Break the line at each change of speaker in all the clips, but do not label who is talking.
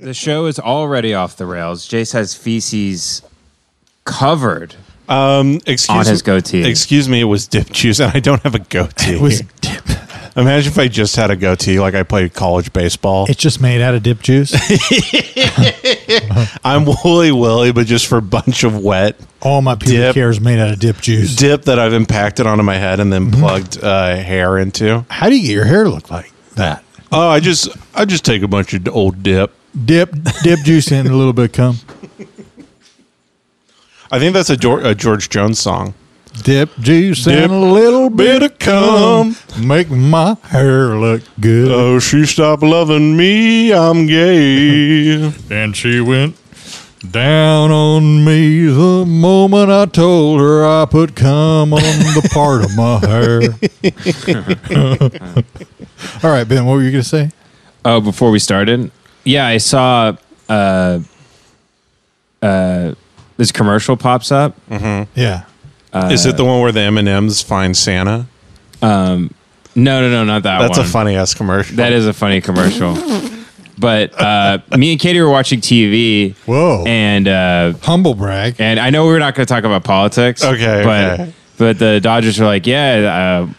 The show is already off the rails. Jace has feces covered
Um, excuse
on his
me,
goatee.
Excuse me, it was dip juice, and I don't have a goatee.
It was dip.
Imagine if I just had a goatee, like I played college baseball.
It's just made out of dip juice.
I'm Wooly Willy, but just for a bunch of wet
All my pubic
Dip.
hair is made out of dip juice.
dip that I've impacted onto my head and
Mm-hmm.
then plugged uh, hair into.
How do you get your hair to look like that?
Oh, I just I just take a bunch of old dip.
Dip, dip juice in a little bit of cum.
I think that's a, Geor a George Jones song.
Dip juice
Dip,
and a little
bit
bit
of
of
cum.
cum. Uh, Make my hair look good.
Oh, she stopped loving me. I'm gay.
And she went down on me the moment I told her I put cum on the part of my hair. All right, Ben, what were you going to say?
Oh, before we started, yeah, I saw uh, uh, this commercial pops up.
Yeah.
Uh,
Is it the one where the M and M's find Santa?
No, no, no, not that
That's
one.
a funny ass commercial.
That is a funny commercial. but uh, me and Katie were watching TV.
Whoa.
And uh,
Humble brag.
and I know we're not going to talk about politics.
Okay,
But
okay.
but the Dodgers are like, yeah, uh,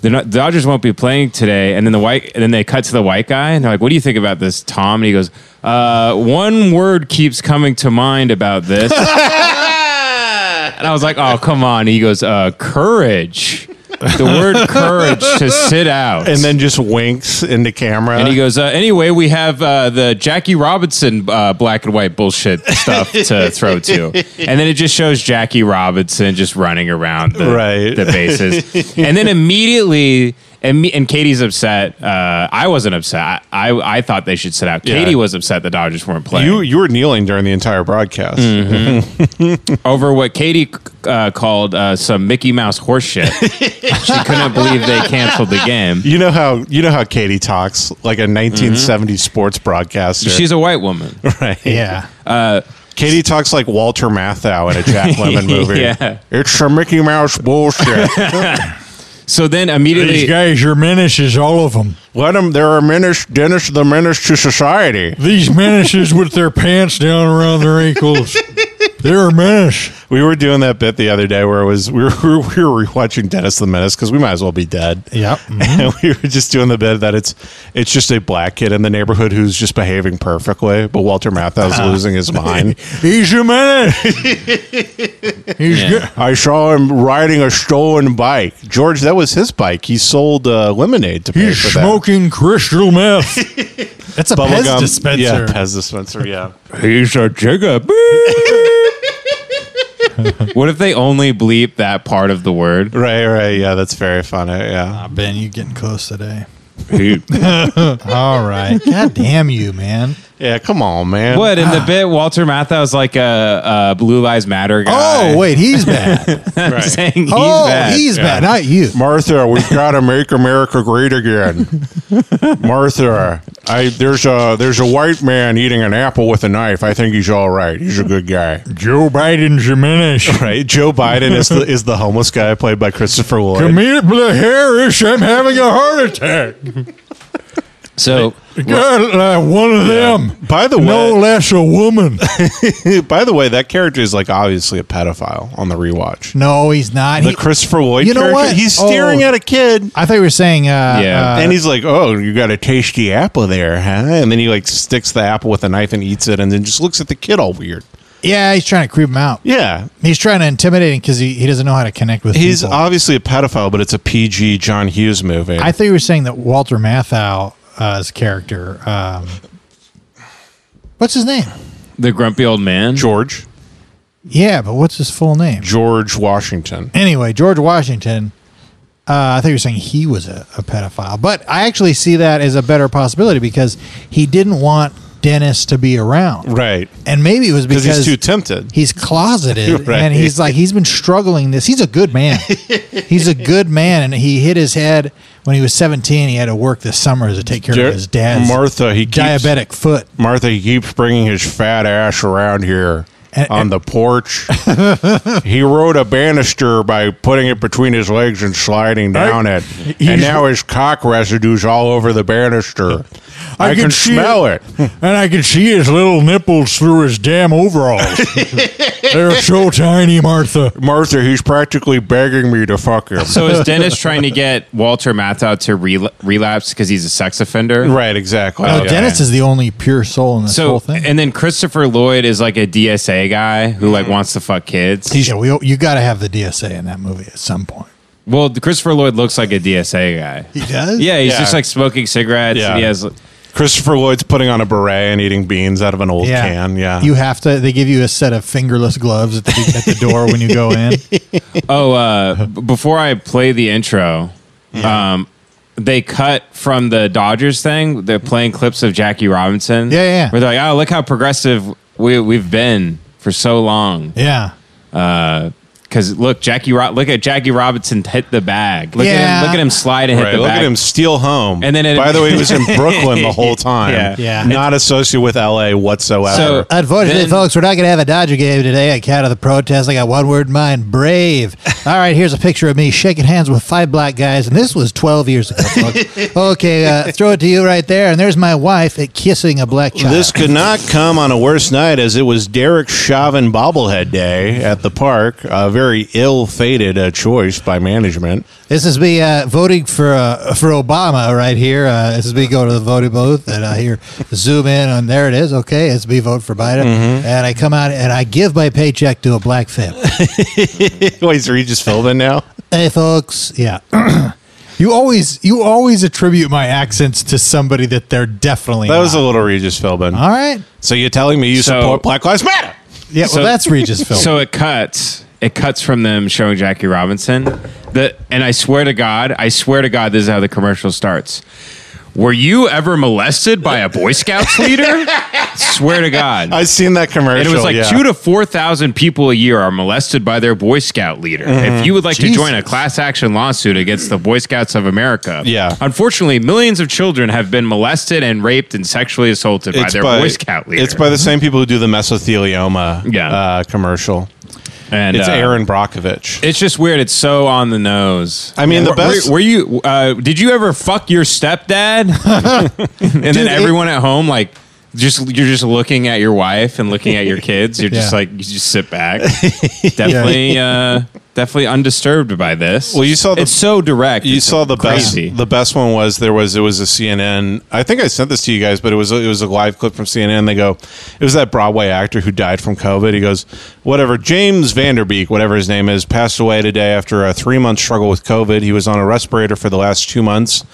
they're not, the Dodgers won't be playing today. And then the white, and then they cut to the white guy, and they're like, what do you think about this, Tom? And he goes, uh, one word keeps coming to mind about this. and I was like, oh come on. And he goes, uh, courage. The word courage to sit out.
and then just winks into camera.
And he goes, uh, anyway, we have uh, the Jackie Robinson uh, black and white bullshit stuff to throw to. And then it just shows Jackie Robinson just running around the,
Right.
the bases. and then immediately, and, me, and Katie's upset. Uh, I wasn't upset. I, I, I thought they should sit out.
Yeah.
Katie was upset the Dodgers weren't playing.
You you were kneeling during the entire broadcast.
Mm-hmm. over what Katie uh, called uh, some Mickey Mouse horse shit. she couldn't believe they canceled the game.
You know how you know how Katie talks like a 1970s sports broadcaster.
Mm-hmm. She's a white woman.
right.
Yeah.
Katie talks like Walter Matthau in a Jack Lemmon movie.
Yeah.
It's some Mickey Mouse bullshit.
So then
These
immediately.
guys are menaces, all of them.
Let them. They're a menace. Dennis, the menace to society.
These menaces with their pants down around their ankles. They're a menace.
We were doing that bit the other day where it was we were we were watching Dennis the Menace because we might as well be dead.
Yep.
And
Mm-hmm.
we were just doing the bit that it's it's just a black kid in the neighborhood who's just behaving perfectly, but Walter Matthau's
Uh-huh.
losing his mind.
He's a menace. He's good.
I saw him riding a stolen bike. George, that was his bike. He sold uh, lemonade to pay
He's
for
smoking crystal meth. That's a
that. Bubble
Pez
gum.
dispenser.
Yeah, Pez dispenser. Yeah.
He's a jigga. what if they only bleep that part of the word?
right. Right. Yeah. That's very funny. Yeah.
Ah, ben, you getting close today. All right. God damn you, man.
Yeah. Come on, man.
what in the bit? Walter Matthau's like a, a Blue Lives Matter guy.
Oh, wait, he's bad.
I'm saying he's
oh,
bad.
he's bad. Not you.
Martha, we've got to make America great again. Martha, I there's a there's a white man eating an apple with a knife. I think he's all right. He's a good guy.
Joe Biden's your menace.
Right? Joe Biden is the is the homeless guy played by Christopher Lloyd.
Camila Harris, I'm having a heart attack.
So
God, uh, one of them.
By the
No
way,
less a woman.
by the way, that character is like obviously a pedophile on the rewatch.
no, he's not.
The
He-
Christopher Lloyd
You know
character,
what?
he's staring
Oh.
at a kid.
I thought you were saying. Uh,
Yeah.
uh,
and he's like, "Oh, you got a tasty apple there, huh?" And then he like sticks the apple with a knife and eats it, and then just looks at the kid all weird.
yeah, he's trying to creep him out.
Yeah,
He's trying to intimidate him because he, he doesn't know how to connect with
He's
people.
obviously a pedophile, but it's a PG John Hughes movie.
I thought you were saying that Walter Matthau's character. Um, what's his name?
the grumpy old man.
George
Yeah, but what's his full name?
George Washington.
Anyway, George Washington. Uh, I thought you were saying he was a, a pedophile, but I actually see that as a better possibility because he didn't want Dennis to be around,
Right.
and maybe it was
Because
because
he's too tempted.
he's closeted
Right.
and he's like he's been struggling this he's a good man he's a good man and he hit his head when he was 17 he had to work this summer to take care
Jer-
of his dad's
Martha, he keeps,
diabetic foot
Martha, he keeps bringing his fat ass around here
And-
on the porch. he rode a banister by putting it between his legs and sliding down it, and now his cock residue's all over the banister. I, can, smell it.
and I can see his little nipples through his damn overalls. They're so tiny, Martha.
Martha, he's practically begging me to fuck him.
So is Dennis trying to get Walter Matthau to rel- relapse because he's a sex offender?
right, exactly.
No,
yeah.
Oh, Dennis is the only pure soul in this whole
So
thing.
and then Christopher Lloyd is like a DSA guy who like wants to fuck kids.
yeah, we, you got to have the DSA in that movie at some point.
well, Christopher Lloyd looks like a DSA guy.
He does?
Yeah, he's
Yeah.
just like smoking cigarettes.
Yeah.
And he has
Christopher Lloyd's putting on a beret and eating beans out of an old
Yeah.
can. Yeah.
You have to, they give you a set of fingerless gloves at the, at the door when you go in.
Oh, uh, b- before I play the intro, um, they cut from the Dodgers thing. They're playing clips of Jackie Robinson.
Yeah, yeah, yeah.
Where they're like, "Oh, look how progressive we we've been for so long."
Yeah.
Because look, Jackie, Ro- look at Jackie Robinson hit the bag. Look
Yeah.
at him. Look at him slide and hit
Right,
the
look
bag.
at him steal home.
And then it-
by the way, he was in Brooklyn the whole time.
Yeah.
Yeah.
not associated with LA whatsoever.
So-
Unfortunately,
Then-
folks, we're not going to have a Dodger game today on account of the protest. I got one word in mind brave. All right, here's a picture of me shaking hands with five black guys, and this was 12 years ago. folks. okay, uh, throw it to you right there. And there's my wife at kissing a black child.
this could not come on a worse night, as it was Derek Chauvin bobblehead day at the park. A very ill-fated uh, choice by management.
This is me uh, voting for uh, for Obama right here. Uh, this is me going to the voting booth and I hear zoom in and there it is. Okay, it's me vote for Biden,
Mm-hmm.
and I come out and I give my paycheck to a black family.
Wait, is Regis Philbin now?
hey, folks, yeah. You always you always attribute my accents to somebody that they're definitely
That was a little Regis Philbin.
all right.
So you're telling me you
So-
support Black Lives Matter?
Yeah,
So-
well, that's Regis Phil.
So it cuts. It cuts from them showing Jackie Robinson. The and I swear to God, I swear to God, this is how the commercial starts. Were you ever molested by a Boy Scouts leader? swear to God.
I've seen that commercial.
and it was like
yeah.
two to four thousand people a year are molested by their Boy Scout leader.
Mm-hmm.
If you would like to join a
Jesus.
class action lawsuit against the Boy Scouts of America,
Yeah.
unfortunately, millions of children have been molested and raped and sexually assaulted by their Boy Scout leader. Mm-hmm.
It's by the same people who do the mesothelioma
Yeah.
uh, commercial.
and,
It's
uh,
Aaron Brockovich.
It's just weird. It's so on the nose.
I mean, the
Were- were-
best-
Were, you? Uh, did you ever fuck your stepdad? and then
Dude, it-
everyone at home, like, just you're just looking at your wife and looking at your kids. You're just
Yeah.
like, you just sit back. definitely, uh, definitely undisturbed by this.
Well, you saw the-
it's so direct.
You
It's
saw the
crazy.
best. The best one was there was it was a CNN. I think I sent this to you guys, but it was it was a live clip from CNN. They go, it was that Broadway actor who died from COVID. He goes, whatever James Vanderbeek, whatever his name is, passed away today after a three month struggle with COVID. He was on a respirator for the last two months.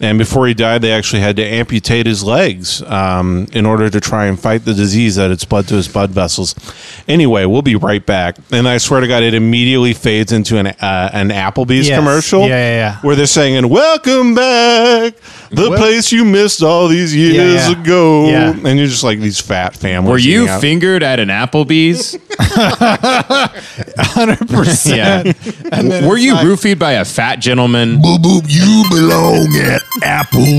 And before he died, they actually had to amputate his legs um, in order to try and fight the disease that had spread to his blood vessels. Anyway, we'll be right back. And I swear to God, it immediately fades into an uh, an Applebee's
Yes.
commercial.
Yeah, yeah, yeah.
Where they're singing, Welcome back, the
Wel-
place you missed all these years
yeah.
ago.
Yeah.
And you're just like these fat families.
Were you
hanging out.
fingered at an Applebee's?
hundred percent.
Yeah. Were you roofied by a fat gentleman?
Boo boo, you belong at Applebee's.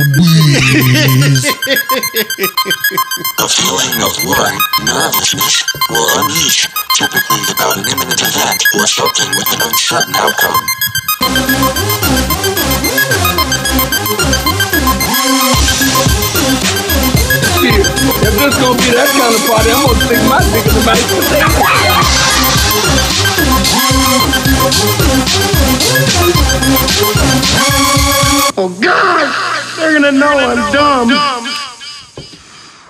A feeling of worry, nervousness, or unease, typically about an imminent event or something with an uncertain outcome.
Shit, If this gonna be that kind of party, I'm gonna stick my dick in the mashed potato. Oh God, they're gonna know I'm dumb.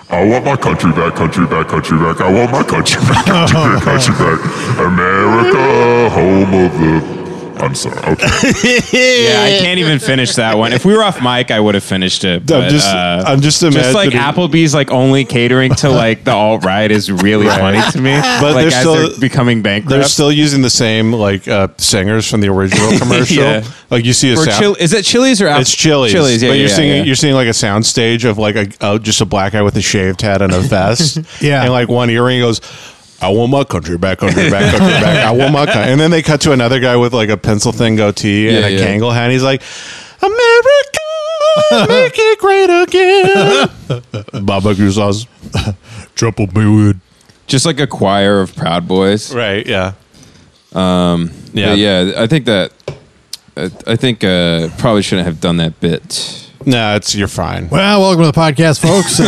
I want my country back, country back, country back. I want my country back, country back, country back. America, home of the. I'm sorry. Okay.
Yeah, I can't even finish that one. If we were off mic, I would have finished it. But,
just-
uh,
I'm just
just like
imagining-
Applebee's, like only catering to like the alt right is really funny to me.
But
like
they're
as
still-
they're becoming
They're
bankrupt.
still using the same like uh, singers from the original commercial.
Yeah.
Like you see a
Or
sound-
Chil- is it Chili's or Apple?
It's Chili's.
Chili's, yeah,
but you're
yeah,
seeing
yeah.
you're seeing like a soundstage of like a oh, just a black guy with a shaved head and a vest.
Yeah.
and like one earring goes. I want my country back, country back, country back. I want my country. And then they cut to another guy with like a pencil thin goatee and
Yeah,
a
yeah.
Kangol hat. He's like, America, make it great again. Barbecue sauce.
Triple wood.
just like a choir of Proud Boys.
Right, yeah. Um,
But yeah, I think that I, I think uh, probably shouldn't have done that bit.
No, it's you're fine.
Well, welcome to the podcast, folks. Uh,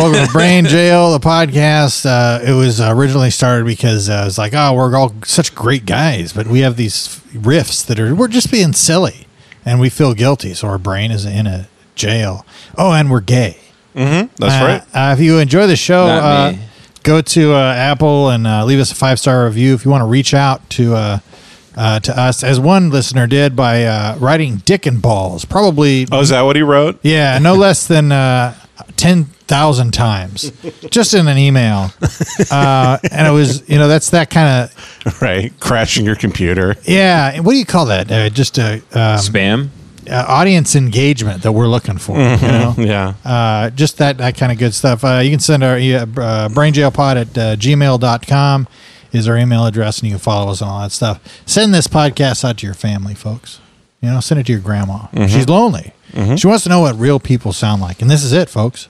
welcome to Brain Jail, the podcast. Uh, it was originally started because uh, it was like, oh, we're all such great guys, but we have these riffs that are, we're just being silly and we feel guilty. So our brain is in a jail. Oh, and we're gay.
That's
Uh,
right.
Uh, if you enjoy the show,
Not
uh,
me.
go to uh, Apple and uh, leave us a five star review. If you want to reach out to uh, uh, to us, as one listener did by uh, writing "dick and balls," probably
Oh, is that what he wrote?
yeah, no less than uh, ten thousand times, just in an email. Uh, and it was you know that's that kind of
Right, crashing your computer.
yeah. and What do you call that? Uh, just a um,
Spam.
uh, audience engagement that we're looking for. You know?
Yeah.
uh, just that, that kind of good stuff. Uh, you can send our uh, uh, brainjailpod at uh, gmail.com is our email address, and you can follow us and all that stuff. Send this podcast out to your family, folks. You know, send it to your grandma. She's lonely. She wants to know what real people sound like, and this is it, folks.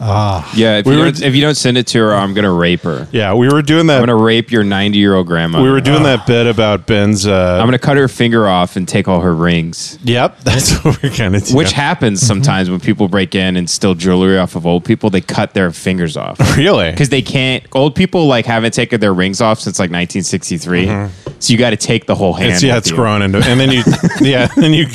Yeah, if,
We
you
were-
don't, if you don't send it to her, I'm gonna rape her.
Yeah, we were doing that.
I'm gonna rape your 90 year old grandma.
we were doing that bit about Ben's. Uh,
I'm gonna cut her finger off and take all her rings,
yep, that's what we're gonna do.
which happens sometimes when people break in and steal jewelry off of old people. They cut their fingers off
really?
because they can't. Old people like haven't taken their rings off since like 1963, so you got to take the whole hand.
It's, yeah,
with
it's
you.
grown into, and then you, yeah, then you,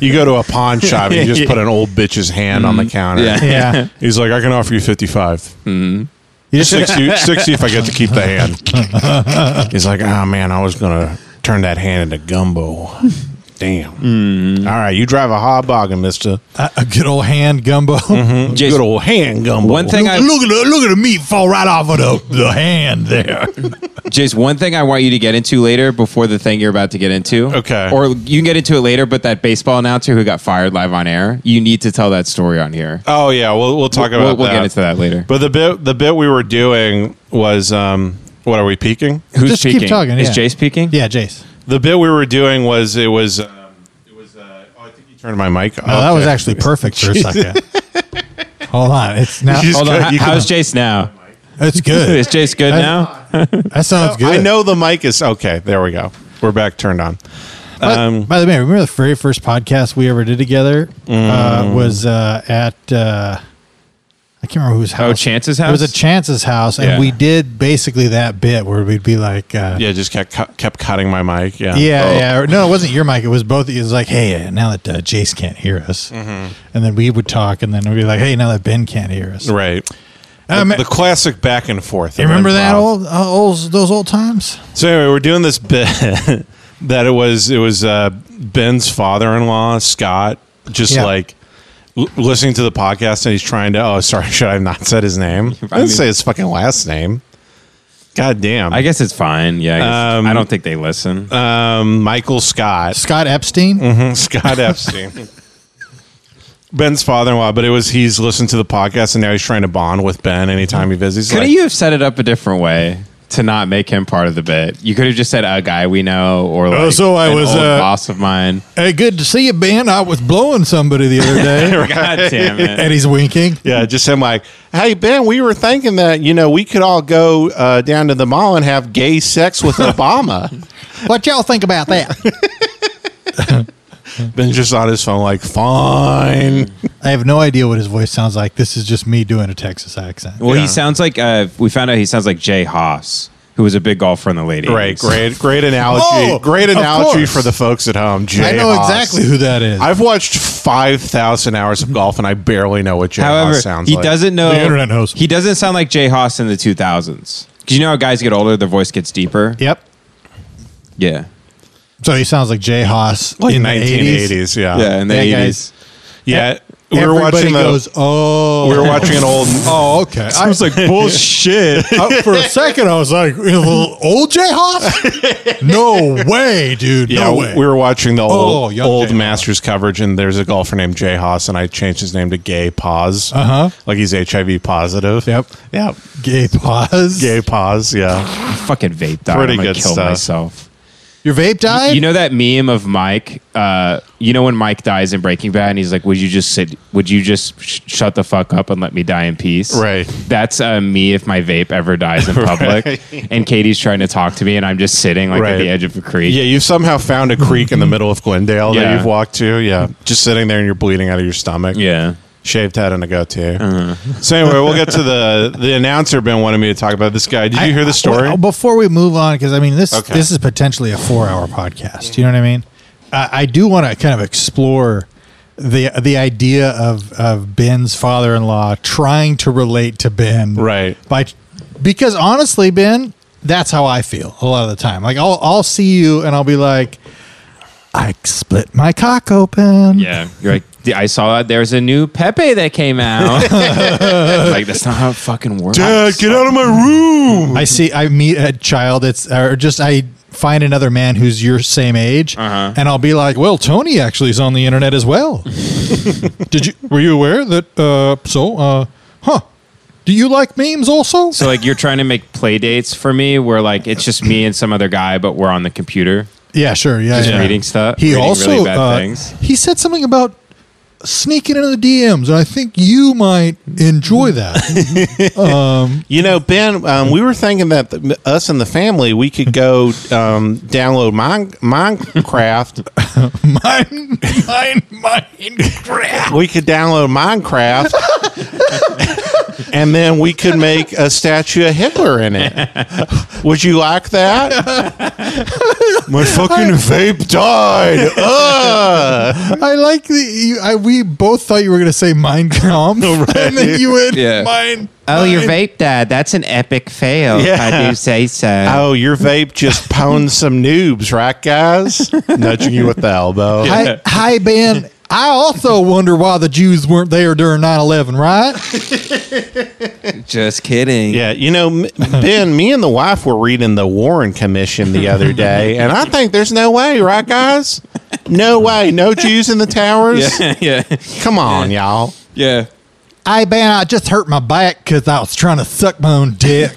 you go to a pawn shop and you just put an old bitch's hand on the counter.
Mm-hmm. Yeah. Mm-hmm.
Yeah.
He's like, I can offer you fifty-five,
You just,
60, 60 if I get to keep the hand. He's like, oh man, I was gonna turn that hand into gumbo. Damn.
Mm-hmm.
All right, you drive a hobboggin, Mister.
a, a good old hand gumbo.
Jason,
Good old hand gumbo.
One Mm-hmm. thing I-
look at the, look at the meat fall right off of the, the hand there.
Jace, one thing I want you to get into later before the thing you're about to get into.
Okay.
Or you can get into it later, but that baseball announcer who got fired live on air, you need to tell that story on here.
Oh yeah, we'll we'll talk
We'll-
about
we'll
that.
get into that later.
But the bit the bit we were doing was um what are we peeking?
Who's
Just keep
peeking?
talking,
Is
yeah.
Jace peeking?
yeah, Jace.
The bit we were doing was it was um, it was uh, oh I think you turned my mic off.
No, Oh, that was actually perfect for a second. Hold on, it's now
You just
Hold on.
cut-
how-
you
how's Jace now?
it's good.
Is Jace good
I-
now?
That sounds
I
good.
know the mic is okay. There we go. We're back turned on.
By,
Um,
by the way, remember the very first podcast we ever did together
Mm.
uh, was uh, at uh, I can't remember whose house.
Oh, Chance's
It was
house?
at Chance's house,
Yeah.
and we did basically that bit where we'd be like, uh, "Yeah,
Yeah, just kept cut, kept cutting my mic. Yeah.
yeah,
Oh.
or- no, it wasn't your mic. It was both. of you. It was like, hey, uh, now that uh, Jace can't hear us,
Mm-hmm.
and then we would talk, and then we'd be like, hey, now that Ben can't hear us.
Right.
Um,
the, the classic back and forth.
you
of
remember that
improv.
old, uh, old those old times?
So anyway, we're doing this bit that it was it was uh, Ben's father-in-law Scott just
Yeah.
like l- listening to the podcast and he's trying to. Oh, sorry, should I have not said his name? I didn't say his fucking last name. God damn.
I guess it's fine. Yeah. I, guess-
Um,
I don't think they listen.
um, Michael Scott,
Scott Epstein.
Mm-hmm. Scott Epstein. Ben's father-in-law, but it was he's listened to the podcast and now he's trying to bond with Ben anytime he visits. He's
Couldn't
like,
you have set it up a different way to not make him part of the bit? You could have just said a guy we know or
Oh,
like
so I
an
was,
old
uh,
boss of mine.
Hey, good to see you, Ben. I was blowing somebody the other day,
God damn it.
and he's winking.
Yeah, just him like, hey Ben, we were thinking that you know we could all go uh, down to the mall and have gay sex with Obama.
What y'all think about that?
ben just on his phone like, fine.
I have no idea what his voice sounds like. This is just me doing a Texas accent.
Well, he sounds like uh, we found out he sounds like Jay Haas, who was a big golfer in the late 80s.
Great, great, great analogy.
Oh,
great
of
analogy
course.
for the folks at home. Jay
I know
Haas.
exactly who that is.
I've watched five thousand hours of golf and I barely know what Jay
However,
Haas sounds
he
like.
doesn't know.
The internet knows.
He doesn't sound like Jay Haas in the 2000s. Because you know how guys get older, their voice gets deeper?
yep.
Yeah.
So he sounds like Jay Haas
like
in the
nineteen
80s.
eighties. Yeah,
Yeah, in the
Yeah,
80s.
guys.
yeah. We were
Everybody
watching the.
goes, oh.
we were watching an old.
Oh, okay. I was like, bullshit. for a second, I was like, old Jay Haas? No way, dude.
Yeah,
no way. Oh,
we were watching the old,
young
old
Jay
Masters coverage, and there's a golfer named Jay Haas, and I changed his name to Gay Pause. Uh huh. Like he's HIV positive.
Uh-huh. Yep.
Yep.
Gay pause.
Gay Pause. Yeah.
Fucking vape dog.
Pretty
I'm gonna
good
kill
stuff.
myself.
Your vape died?
You know that meme of Mike? Uh, you know when Mike dies in Breaking Bad, and he's like, "Would you just sit? Would you just sh- shut the fuck up and let me die in peace?"
Right.
That's uh, me if my vape ever dies in public, and Katie's trying to talk to me, and I'm just sitting like
Right.
at the edge of a creek.
Yeah, you've somehow found a creek in the middle of Glendale that
Yeah.
you've walked to. Yeah, just sitting there and you're bleeding out of your stomach.
Yeah. Uh-huh.
shaved head and a goatee. So anyway, we'll get to the the announcer. Ben wanted me to talk about this guy. Did you hear the story?
Well, before we move on, because I mean this
Okay.
this is potentially a four hour podcast. You know what I mean? I, I do want to kind of explore the the idea of of Ben's father in law trying to relate to Ben,
Right.
By because honestly, Ben, that's how I feel a lot of the time. Like I'll I'll see you and I'll be like, I split my cock open.
Yeah, you're like "D- I saw there's a new Pepe that came out. like that's not how it fucking works.
Dad, get out of my room.
I see. I meet a child. It's or just I find another man who's your same age, and I'll be like, "Well, Tony actually is on the internet as well." Did you? Were you aware that? Uh, so, uh, huh? Do you like memes also?
So like you're trying to make play dates for me where like it's just me and some other guy, but we're on the computer.
yeah, sure. Yeah,
Just
yeah.
reading stuff-
He
reading
also
really bad
uh,
things.
he said something about sneaking into the DMs, and I think you might enjoy that.
You know, Ben, um, we were thinking that the, us and the family we could go um, download Min- Minecraft.
mine, mine, mine.
we could download Minecraft. And then we could make a statue of Hitler in it. Would you like that? My fucking vape died. Ah! Ugh.
I like the. You, I, we both thought you were going to say Mein Kampf, and then you went
Yeah.
Mein.
Oh, your vape dad. That's an epic fail.
if I Yeah. do
say so.
Oh, your vape just pwned some noobs, right, guys? Nudging you with the elbow.
Hi, hi, Ben. I also wonder why the Jews weren't there during 9-11, right?
Just kidding.
Yeah, you know, m- Ben, me and the wife were reading the Warren Commission the other day, and I think there's no way, right, guys? No way, no Jews in the towers.
Yeah, yeah,
Come on, y'all.
yeah.
I Ben, I just hurt my back because I was trying to suck my own dick.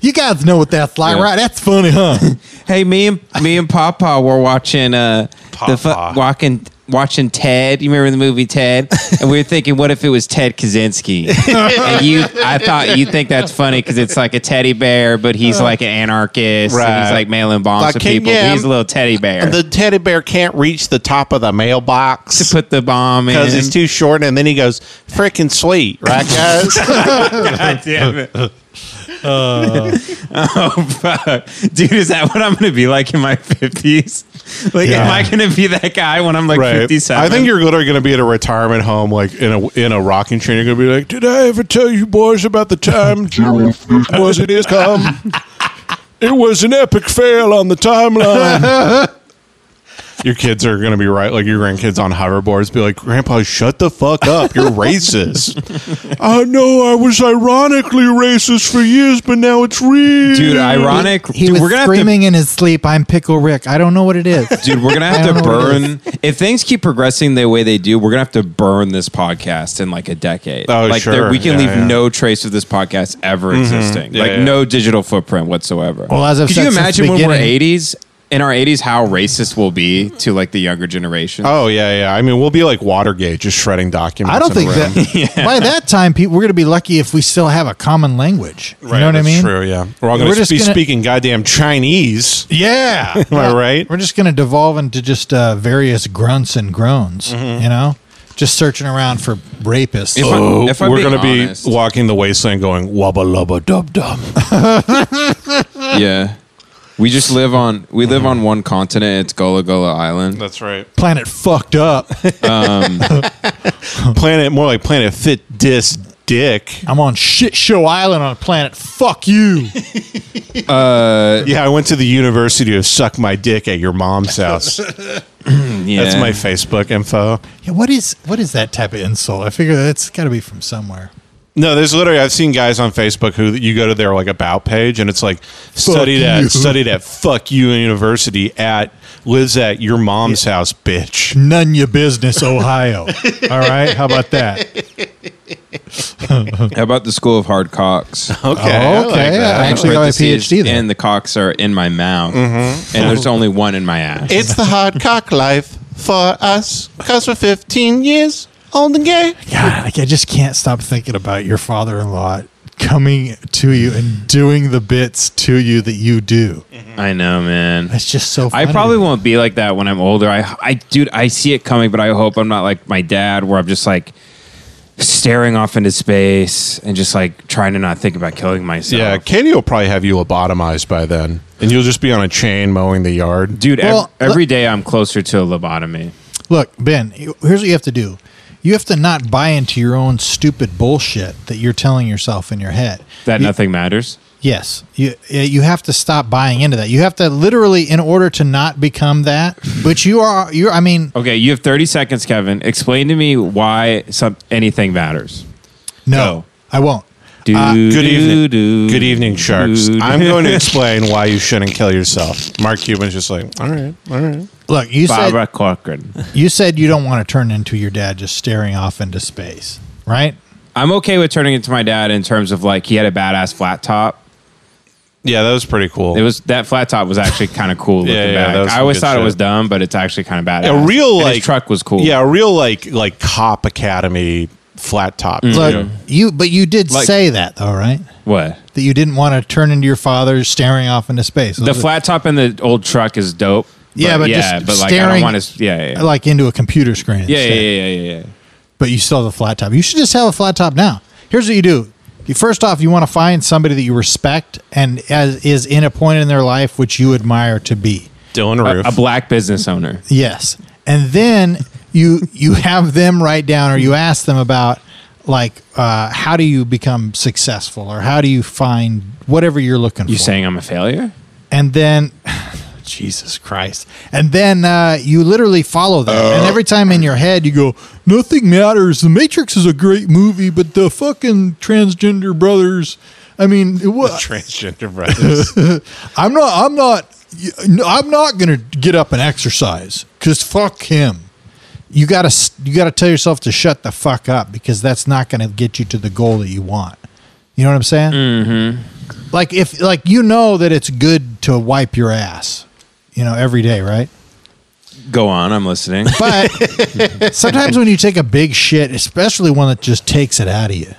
you guys know what that's like,
Yeah.
right? That's funny, huh?
Hey, me and me and Papa were watching uh the
Papa.
fu- walking watching Ted. You remember the movie Ted? And we were thinking, what if it was Ted Kaczynski? and you, I thought you think that's funny because it's like a teddy bear, but he's like an anarchist. And
Right.
he's Uh. like mailing bombs
Like
to
King
people.
Yam.
He's a little teddy bear.
The teddy bear can't reach the top of the
to
mailbox
put the bomb in.
because it's too short, and then he goes, freaking sweet, right, guys?
God damn it.
Uh.
oh fuck, dude! Is that what I'm gonna be like in my fifties? Like, am
Yeah.
I gonna be that guy when I'm like fifty-seven?
I think you're literally going to be at a retirement home, like in a in a rocking chair. You're going to be like, "Did I ever tell you boys about the time was it is come? It was an epic fail on the timeline." Your kids are going to be right, like your grandkids on hoverboards. Be like, "Grandpa, shut the fuck up! You're racist." I know I was ironically racist for years, but now it's real,
dude. Ironic.
He
dude,
was
we're gonna have to
screaming in his sleep, I'm Pickle Rick. I don't know what it is.
dude we're gonna
I
have to
don't know what it
burn if things keep progressing the way they do we're gonna have to burn this podcast in like a decade
Oh,
like
sure.
there- we can
Yeah,
leave
yeah. Mm-hmm.
no trace of this podcast ever existing
Yeah,
like
yeah.
no digital footprint whatsoever
Well, as I've
could
said
you
since the
imagine when we're
beginning-
80s in our 80s how racist we'll be to like the younger generation
Oh yeah, yeah. I mean, we'll be like Watergate, just shredding documents.
I don't
in a
think
room.
that by that time, people, we're going to be lucky if we still have a common language. You know what I
that's
mean?
True. Yeah, we're all
We're
going to
just
be
gonna-
speaking goddamn Chinese.
Yeah.
Am I right?
We're just going to devolve into just uh, various grunts and groans, you know? Just searching around for rapists.
Mm-hmm. If I-
Oh,
if I'm
we're
being
going to be
honest.
walking the wasteland, going wubba lubba dub dub.
yeah we just live on we live on one continent it's gullah gullah island
That's right.
Planet fucked up.
Planet more like Planet Fit Dis Dick.
I'm on shit show island on planet fuck you.
Yeah, I went to the University of Suck My Dick at your mom's house.
yeah.
That's my Facebook info.
yeah, what is what is that type of insult? I figure that's got to be from somewhere.
No, there's literally I've seen guys on Facebook who you go to their like about page and it's like studied
you.
at studied at fuck you university at lives at your mom's house, bitch.
None your business, Ohio. All right, how about that?
How about the school of hard cocks?
Okay.
Oh, okay.
that.
I actually got my
Parentheses,
PhD there.
And the cocks are in my mouth, and there's only one in my ass.
It's the hard cock life for us, cause we're 15 years old and gay.
God, like I just can't stop thinking about your father-in-law coming to you and doing the bits to you that you do.
I know, man.
That's just so. Funny
Mm-hmm. I probably won't be like that when I'm older. I, I, dude, I see it coming, but I hope I'm not like my dad, where I'm just like staring off into space and just like trying to not think about killing myself.
Yeah, Katie will probably have you lobotomized by then, and you'll just be on a chain mowing the yard.
dude. ev-
Well, let-
every day I'm closer to a lobotomy.
Look, Ben, here's what you have to do. You have to not buy into your own stupid bullshit that you're telling yourself in your head.
That
You-
nothing matters.
Yes, you uh, you have to stop buying into that. You have to literally, in order to not become that, but you are you. are I mean,
Okay, you have 30 seconds, Kevin. Explain to me why some anything matters.
no, I won't.
Do,
Uh, Good
do,
evening,
do,
good evening, sharks.
do, do.
I'm going to explain why you shouldn't kill yourself. Mark Cuban's just like, all right, all right.
Look, you
Barbara
said
Corcoran.
you said you don't want to turn into your dad just staring off into space, right?
I'm okay with turning it to my dad in terms of like he had a badass flat top.
Yeah, that was pretty cool.
It was that flat top was actually kind of cool looking
Yeah, yeah, that
back.
was
I
some
always
good
thought
shit.
it was dumb, but it's actually kind of badass.
a real
And
like
his truck was cool.
Yeah, a real like like cop academy flat top.
Mm.
Look,
dude.
you but you did
Like-
say that though, right?
What?
That you didn't want to turn into your father staring off into space.
The flat top in the old truck is dope.
Yeah, but
yeah,
just
but like I
staring-
don't want to. Yeah, yeah, yeah.
like into a computer screen.
Yeah, yeah,
instead.
yeah, yeah, yeah.
But you still have a flat top. You should just have a flat top now. Here's what you do. You first off, you want to find somebody that you respect and as is in a point in their life which you admire to be.
Dylan Roof.
A, a black business owner.
Yes. And then you you have them write down or you ask them about like uh, how do you become successful or how do you find whatever you're looking
You
for.
saying I'm a failure?
and then Jesus Christ, and then uh, you literally follow that, and every time in your head you go, "Nothing matters." The Matrix is a great movie, but the fucking transgender brothers. I mean, it wa-
transgender brothers.
I'm not. I'm not. y- I'm not gonna get up and exercise because fuck him. You gotta. s- You gotta tell yourself to shut the fuck up because that's not gonna get you to the goal that you want. You know what I'm saying? Mm-hmm. Like if like you know that it's good to wipe your ass, you know, every day, right?
Go on, I'm listening.
But sometimes when you take a big shit, especially one that just takes it out of you.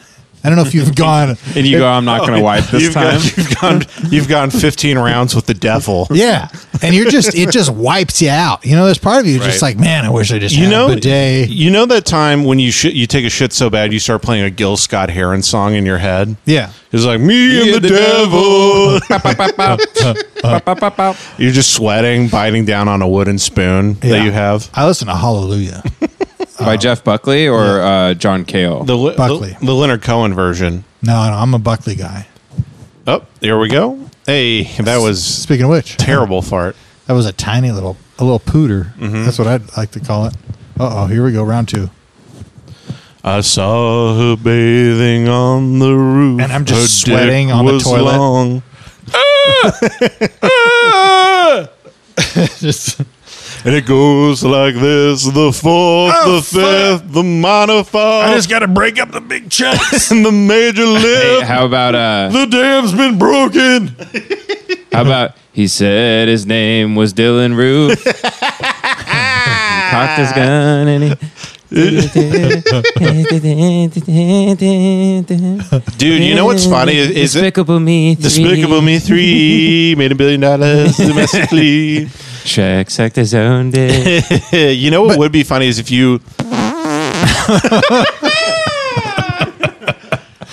I don't know if you've gone.
and you go, I'm not going to wipe this
Oh, you've,
time.
gone, you've gone you've gone 15 rounds with the devil.
Yeah, and you're just it just wipes you out. You know, there's part of you just
Right.
like, man, I wish I just
You
had
know,
a bidet.
you know that time when you shit, you take a shit so bad you start playing a Gil Scott Heron song in your head.
Yeah.
It's like me and the, devil.
Ba-ba-ba.
You're just sweating, biting down on a wooden spoon that
Yeah.
you have.
I listen to Hallelujah.
By Jeff Buckley or uh, John Cale?
Oh. The, Li-
Buckley.
the, the Leonard Cohen version.
no, no, I'm a Buckley guy.
Oh, there we go. Hey, that was
Speaking of which,
terrible fart.
that was a tiny little, a little pooter.
Mm-hmm.
That's what I'd like to call it. Uh oh, here we go, round two.
I saw her bathing on the roof,
And I'm just
Her dick
sweating on the
was
toilet.
Long.
Just
And it goes like this: the fourth, the fifth, the minor fall. Oh, I just got to break up the big chunks and the major
Hey,
lift.
how about uh,
the dam's been broken.
How about he said his name was Dylan Roof? He cocked his gun and he.
Dude, you know what's funny is, is it
Despicable Me. Three.
Despicable Me three made a billion dollars domestically.
Shrek sucked his own dick.
you know what would be funny is if you.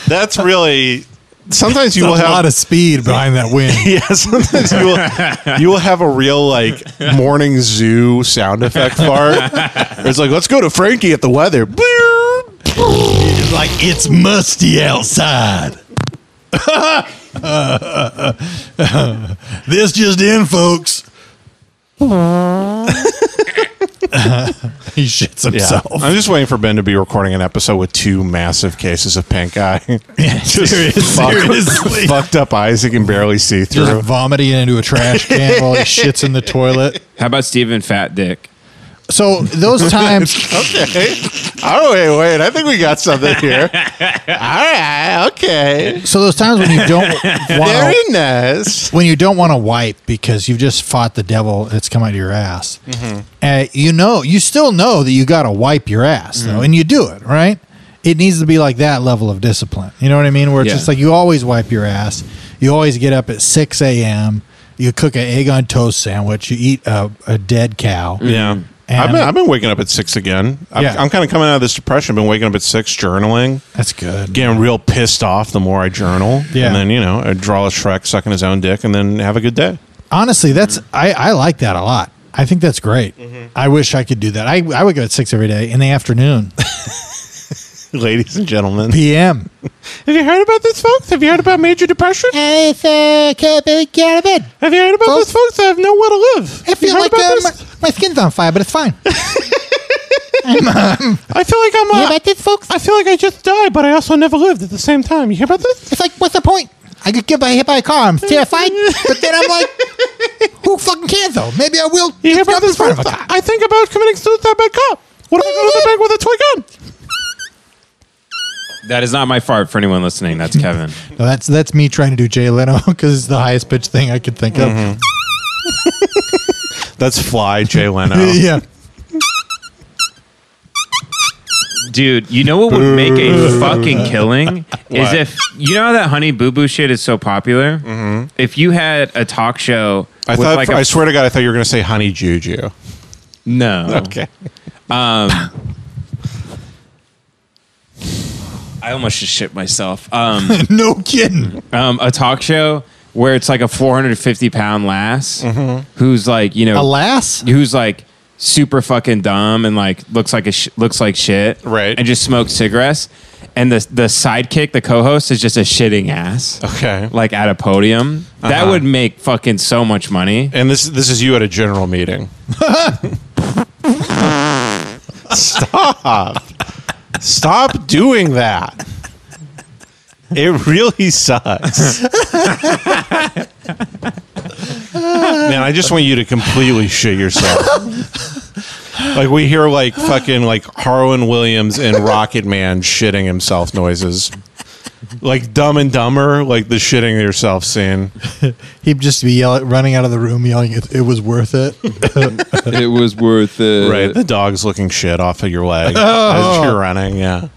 That's really. Sometimes you will
a
have
lot of speed behind that wind.
Yeah, sometimes you will, you will have a real like morning zoo sound effect fart. It's like, let's go to Frankie at the weather.
like it's musty outside. this just in, folks. he shits himself.
I'm just waiting for Ben to be recording an episode with two massive cases of pink eye. Just fuck-
seriously.
fucked up eyes that can barely see
Just
through.
vomiting into a trash can while he shits in the toilet.
How about Stephen Fat Dick?
So those times,
Okay. Oh wait, wait. I think we got something here. All right. Okay.
so those times when you don't want
Very nice.
when you don't want to wipe because you've just fought the devil that's come out of your ass, uh, you know, you still know that you got to wipe your ass though, and you do it right. It needs to be like that level of discipline. You know what I mean? Where it's
Yeah.
just like you always wipe your ass. You always get up at six a.m. You cook an egg on toast sandwich. You eat a, a dead cow.
Yeah. I've
And-
been, I've been waking up at six again. I'm,
Yeah.
I'm kind of coming out of this depression. been waking up at six, journaling,
That's good.
getting real pissed off the more I journal.
Yeah.
And then, you know, I draw a Shrek sucking his own dick and then have a good day.
honestly that's I, I like that a lot i think that's great i wish i could do that I, I would go at 6 every day in the afternoon
Ladies and gentlemen.
pm
Have you heard about this, folks? Have you heard about major depression?
hey sir can't be get out of bed
Have you heard about
Folks-
this, folks? I have nowhere to live.
i
Have you
feel
heard
like
about
uh, my,
this?
my skin's on fire but it's fine
I feel like I'm. Uh,
yeah about this folks
I feel like I just died, but I also never lived at the same time. You hear about this?
it's like what's the point i could get by hit by a car i'm terrified but then i'm like who fucking cares though maybe i will
You hear
jump
about
in
this?
front of a
folks?
car.
I think about committing suicide by cop. What if I go to the bank with a toy gun?
That is not my fart for anyone listening. That's Kevin.
No, that's that's me trying to do jay leno because it's the highest pitched thing i could think of
Mm-hmm. That's fly, Jay Leno.
yeah
Dude, you know what would make a fucking killing is if you know how that honey boo boo shit is so popular. Mm-hmm. If you had a talk show,
I
with
thought.
like a
I swear to God, I thought you were going to say honey juju.
no.
Okay.
I almost just shit myself. Um,
no kidding
um, a talk show where it's like a 450 pound lass
Mm-hmm.
who's like you know
alas
who's like super fucking dumb and like looks like a sh- looks like shit,
Right.
And just smokes cigarettes. And the the sidekick, the co-host, is just a shitting ass.
Okay.
like at a podium. That
Uh-huh.
would make fucking so much money.
And this this is you at a general meeting. Stop. Stop doing that. It really sucks. Man, I just want you to completely shit yourself. Like we hear like fucking like Harlan Williams and Rocket Man shitting himself noises. Like dumb and dumber, like the shitting yourself scene.
He'd just be yelling, running out of the room, yelling, "It, it was worth it."
It was worth it.
Right, the dog's looking shit off of your leg as you're running. Yeah,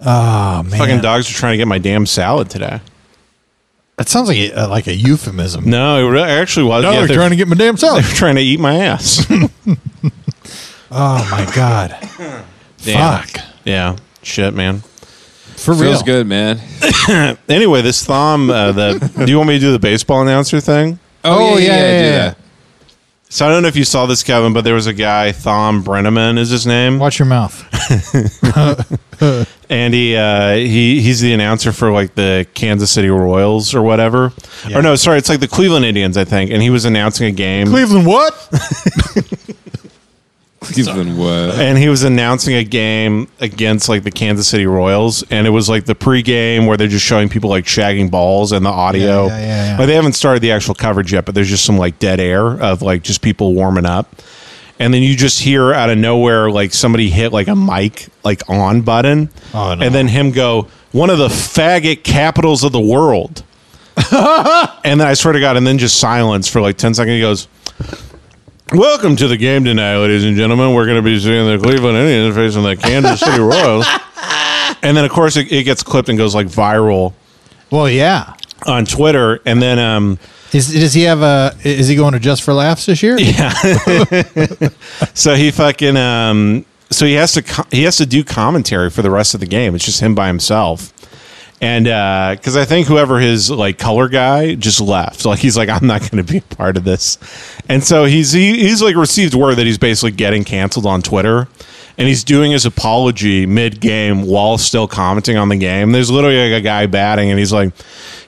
Oh man,
fucking dogs are trying to get my damn salad today.
that sounds like a, uh, like a euphemism.
No, it really, actually was. yeah, they're,
to get my damn salad.
they're trying to eat my ass.
oh my god,
Damn.
fuck,
Yeah, shit, man.
for real.
Feels good, man.
Anyway, this thumb. Uh, the do you want me to do the baseball announcer thing?
Oh, yeah, yeah,
do
yeah.
that.
So I don't know if you saw this, Kevin, but there was a guy, Thom Brenneman is his name.
Watch your mouth.
and he uh, he he's the announcer for like the Kansas City Royals or whatever. Or no, sorry, it's like the Cleveland Indians, I think. And he was announcing a game.
Cleveland, what?
Cleveland what?
and he was announcing a game against like the Kansas City Royals, and it was like the pregame where they're just showing people like shagging balls and the audio.
Yeah, yeah, yeah, yeah.
Like they haven't started the actual coverage yet, but there's just some like dead air of like just people warming up, and then you just hear out of nowhere like somebody hit like a mic like on button,
Oh, no.
and then him go one of the faggot capitals of the world. And then I swear to God, and then just silence for like 10 seconds. He goes, Welcome to the game tonight, ladies and gentlemen. We're going to be seeing the Cleveland Indians facing the Kansas City Royals. And then, of course, it, it gets clipped and goes like viral
Well, yeah.
on Twitter. And then, um,
Is, does he have a? Is he going to just for laughs this year?
so he fucking, um, so he has to, co- he has to do commentary for the rest of the game. It's just him by himself. And uh, cause I think whoever his like color guy just left. Like he's like, I'm not going to be a part of this. And so he's, he, he's like received word that he's basically getting canceled on Twitter. And he's doing his apology mid game while still commenting on the game. There's literally like a guy batting and he's like,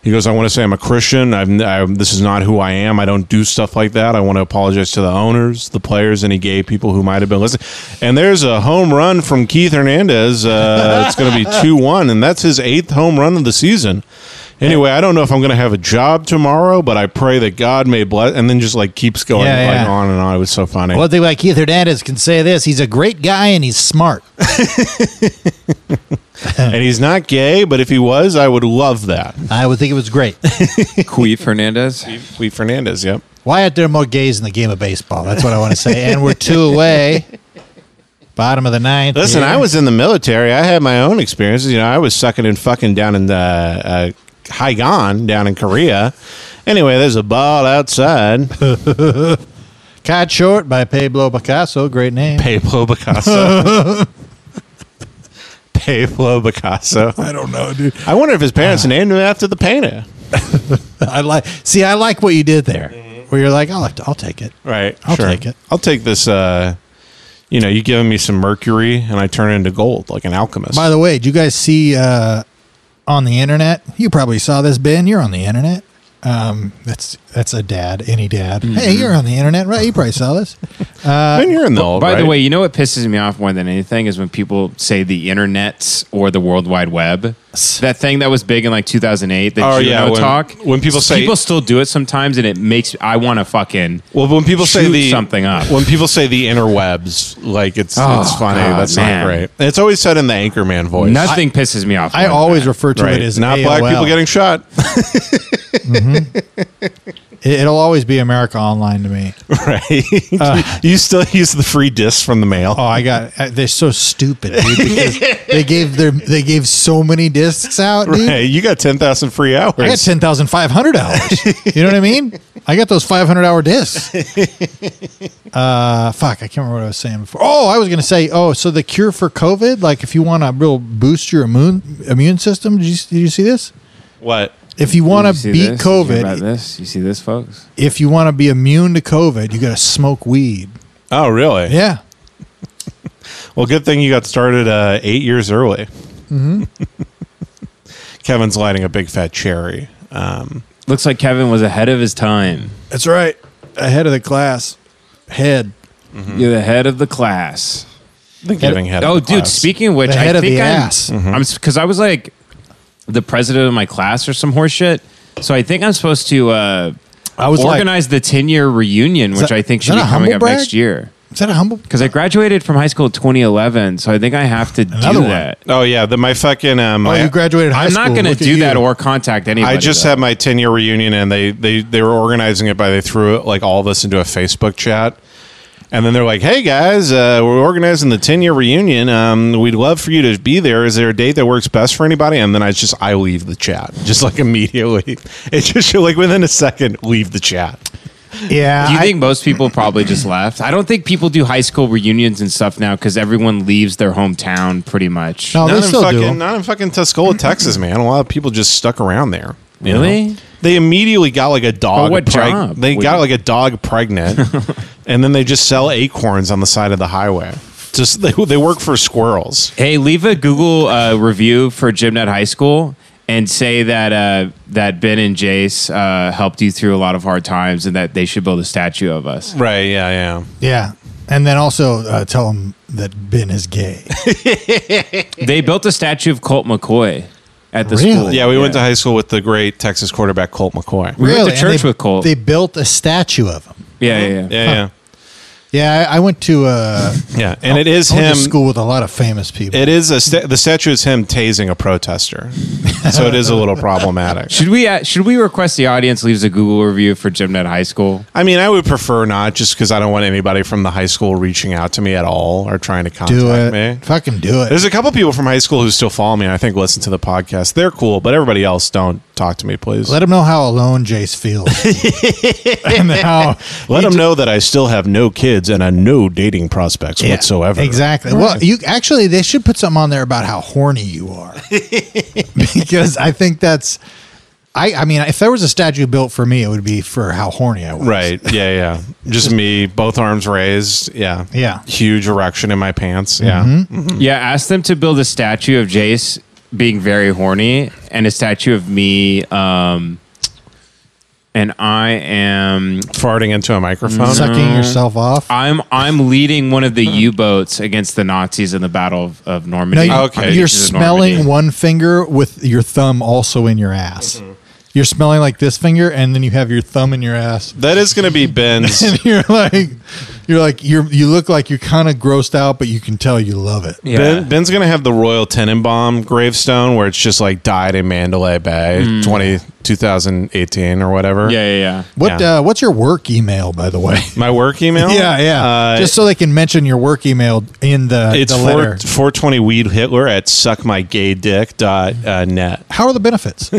he goes, I want to say I'm a Christian. I'm, I, this is not who I am. I don't do stuff like that. I want to apologize to the owners, the players, any gay people who might have been listening. And there's a home run from Keith Hernandez. Uh, it's going to be 2 1, and that's his eighth home run of the season. Anyway, I don't know if I'm going to have a job tomorrow, but I pray that God may bless. And then just like keeps going
Yeah,
like
yeah.
on and on. It was so funny.
One thing about Keith Hernandez can say this: he's a great guy and he's smart.
And he's not gay, but if he was, I would love that.
I would think it was great.
Queef Hernandez.
Lee Fernandez. Yep.
Why aren't there more gays in the game of baseball? That's what I want to say. And we're two away. Bottom of the ninth.
Listen,
here.
I was in the military. I had my own experiences. You know, I was sucking and fucking down in the uh, Haigon down in Korea. Anyway, there's a ball outside.
Caught Short by Pablo Picasso. Great name.
Pablo Picasso. Pablo Picasso.
I don't know, dude.
I wonder if his parents named him after the painter.
I like. See, I like what you did there, where you're like, I'll, I'll take it.
Right.
I'll take it.
I'll take this. Uh, you know, you giving me some mercury, and I turn into gold like an alchemist.
By the way, did you guys see uh, on the internet? You probably saw this, Ben. You're on the internet. Um, that's that's a dad, any dad. Hey, you're on the internet, right? You probably saw this.
Man, you're in the old,
By the
right?
way, you know what pisses me off more than anything is when people say the internets or the World Wide Web. That thing that was big in like 2008, the
Oh,
Juno
yeah, when-
talk.
when people say-
people still do it sometimes, and it makes I want to fucking
Well, when people say
shoot
the
something up.
when people say the interwebs, like it's
Oh,
it's funny.
God,
That's
man.
not great. And it's always said in the Anchorman voice.
nothing pisses me off.
I
more than
always
that.
refer to
right?
it as
not black
AOL.
people getting shot.
It- It'll always be America Online to me.
right?
Uh,
you still use the free discs from the mail.
Oh, I got. uh, They're so stupid. Dude, because they gave their they gave so many discs out, dude.
Hey, you got ten thousand free hours.
I got ten thousand five hundred hours. you know what I mean? I got those five hundred hour discs. Uh, fuck, I can't remember what I was saying before. Oh, I was gonna say, oh, so the cure for COVID, like if you want to real boost your immune immune system, did you did you see this?
what?
If you want
Did
to
you see
beat
this? Did you hear about
COVID,
this? You see this, folks?
if you want to be immune to COVID, you got to smoke weed.
Oh, really?
Yeah,
Well, good thing you got started uh, eight years early.
Mm-hmm.
Kevin's lighting a big fat cherry. Um,
Looks like Kevin was ahead of his time.
that's right. Ahead of the class, head.
You're the head of the class.
giving head.
oh,
of the
dude.
class. Mm-hmm.
Speaking of which,
The head
I
of
think
the
I'm,
ass.
I'm because I was like the president of my class or some horseshit. So I think I'm supposed to uh,
I was Oh, like-
organize the 10 year reunion, which
that-
I think
is
should
that
be
a
coming
humble
up
brag?
next year.
Is that a humble?
Because I graduated from high school in 2011, so I think I have to do
Another one.
that.
Oh yeah, the, my fucking. Um,
Oh,
my-
you graduated high
I'm
school.
not going to
Look at
do
you.
that or contact anybody.
I just
though.
had my 10 year reunion and they, they, they were organizing it by they threw like all of us into a Facebook chat. And then they're like, hey guys, uh, we're organizing the 10 year reunion. Um, we'd love for you to be there. Is there a date that works best for anybody? And then I just, I leave the chat just like immediately. It just like within a second, leave the chat.
Yeah,
Do you
I-
think most people probably just left? I don't think people do high school reunions and stuff now because everyone leaves their hometown pretty much.
No,
Not
Oh, they
in,
still do.
fucking,
'em.
not in fucking Tuscola, Texas, man. A lot of people just stuck around there. you know?
Really?
They immediately got like a dog.
But what
preg-
job
They
would
got
you-
like a dog pregnant, and then they just sell acorns on the side of the highway. Just they, they work for squirrels.
Hey, leave a Google uh, review for Gymnet High School and say that uh, that Ben and Jace uh, helped you through a lot of hard times and that they should build a statue of us.
Right? Yeah, yeah.
Yeah. And then also uh, tell him that Ben is gay.
They built a statue of Colt McCoy at the
Really?
school.
Yeah, we went to high school with the great Texas quarterback Colt McCoy.
We went
Really?
to
And
church
they,
with Colt.
They built a statue of him.
yeah, yeah, yeah.
Yeah, yeah,
Yeah, I, I went to uh,
yeah. And it is
I went
him.
to school with a lot of famous people.
It is a sta- the statue is him tasing a protester, so it is a little problematic.
Should we uh, should we request the audience leaves a Google review for Gymnet High School?
I mean, I would prefer not, just because I don't want anybody from the high school reaching out to me at all or trying to contact
do it.
me.
Fucking do it.
There's a couple people from high school who still follow me and I think listen to the podcast. They're cool, but everybody else don't talk to me, please.
Let
Let,
him know how alone Jace feels. and how
them know that I still have no kids and I no dating prospects whatsoever.
Exactly. Well, you actually they should put something on there about how horny you are. because I think that's I, I mean, if there was a statue built for me, it would be for how horny I was.
Right. Yeah, yeah. Just me, both arms raised. Yeah.
Yeah. Mm-hmm.
Huge erection in my pants. Yeah.
Hmm. Yeah, ask them to build a statue of Jace being very horny and a statue of me um, and I am
farting into a microphone.
Sucking
Mm-hmm.
yourself off.
I'm I'm leading one of the U-boats against the Nazis in the Battle of, of
No,
Normandy.
you,
Okay.
you're
This is
smelling
Normandy.
one finger with your thumb also in your ass. You're smelling like this finger, and then you have your thumb in your ass.
That is going to be Ben's.
And you're like, you're like, you're you look like you're kind of grossed out, but you can tell you love it.
Yeah.
Ben, Ben's going to have the Royal Tenenbaum gravestone where it's just like died in Mandalay Bay 20, 2018 or whatever.
Hmm. yeah, yeah, yeah.
What uh, what's your work email, by the way?
My work email?
yeah, yeah.
Uh,
Just so they can mention your work email in the
it's
the letter.
4, 420 weed Hitler at suckmygaydick.net.
How are the benefits?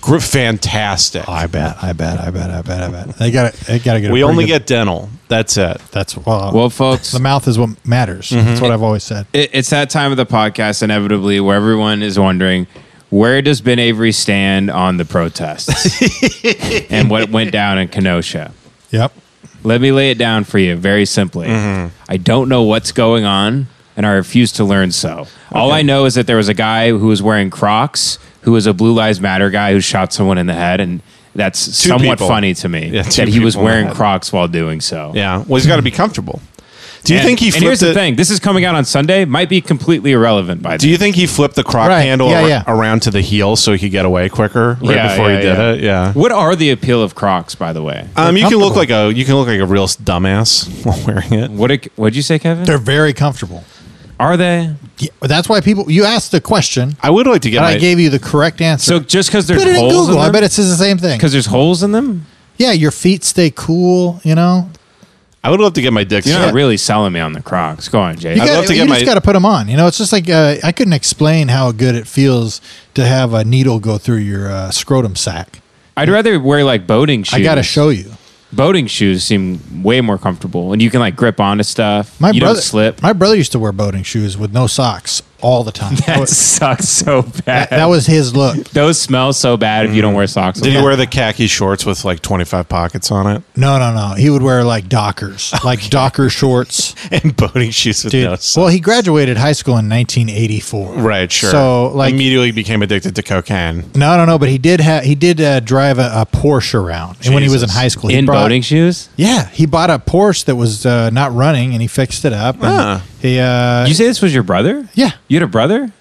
Gr- fantastic.
Oh, I bet, I bet, I bet, I bet, I bet. They got to, they got to get. a
we
pretty
only
good-
get dental. That's it.
that's well,
Well, folks,
the mouth is what matters. That's what I've always said.
it, it's that time of the podcast, inevitably, where everyone is wondering where does Ben Avery stand on the protests and what went down in Kenosha.
Yep.
Let me lay it down for you very simply.
Mm-hmm.
I don't know what's going on, and I refuse to learn so. All I know is that there was a guy who was wearing Crocs, who was a Blue Lives Matter guy who shot someone in the head, and that's
Two
somewhat
people.
funny to me
Yeah, two
that he was
people in the
wearing
head.
Crocs while doing so.
Yeah. Well, he's got to be comfortable. Do you
And-
think he
And here's
flipped
the
it-
thing: this is coming out on Sunday. Might be completely irrelevant by
Do
then.
you think he flipped the crock
Right.
handle
Yeah,
ar-
yeah.
around to the heel so he could get away quicker right
Yeah,
before
yeah,
he did
yeah.
it? Yeah.
What are the appeal of Crocs, by the way?
Um, you can look
comfortable.
like a you can look like a real s- dumbass while wearing it.
What did, what'd you say, Kevin?
They're very comfortable.
Are they?
Yeah, that's why people. You asked the question,
I would like to get
and
my.
I gave you the correct answer.
So just because there's
Put it in
holes in
Google. I
them?
bet it says the same thing.
because there's holes in them.
Yeah, your feet stay cool. You know,
I would love to get my dick.
You're
sucked.
not really selling me on the Crocs. Go on, Jay.
you,
I'd
got,
love to
you
get
just
my-
got to put them on. You know, it's just like uh, I couldn't explain how good it feels to have a needle go through your uh, scrotum sac.
I'd rather wear like boating shoes.
I got to show you.
Boating shoes seem way more comfortable, and you can like grip onto stuff.
My
you
brother
don't slip.
My brother used to wear boating shoes with no socks all the time. That
that
was-
sucks so bad.
that, that was his look.
Those smell so bad if you
Mm.
don't wear socks.
Did
with
he
them.
wear the khaki shorts with like twenty five pockets on it
No, no, no. He would wear like Dockers, like Docker shorts.
and boating shoes with
Dude,
no socks?
well, he graduated high school in 1984.
right, sure.
So, like,
immediately became addicted to cocaine.
no, no, no. But he did have he did uh, drive a, a Porsche around, and when he was in
Jesus.
high school, he
in
brought-
boating shoes?
Yeah, he bought a Porsche that was uh, not running, and he fixed it up. And
Ah.
He, uh,
you say this was your brother?
yeah,
You had a brother?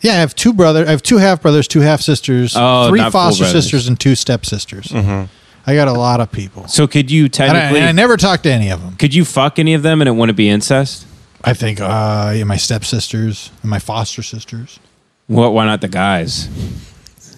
yeah. I have two brother, I have two half brothers, two half sisters,
Oh,
three
not full
foster
brothers.
sisters, and two stepsisters.
Mm-hmm.
I got a lot of people,
So could you
and I, and
technically?
I never talked to any of them.
could you fuck any of them and it wouldn't be incest?
I think uh, yeah, my stepsisters and my foster sisters.
What? Why not the guys?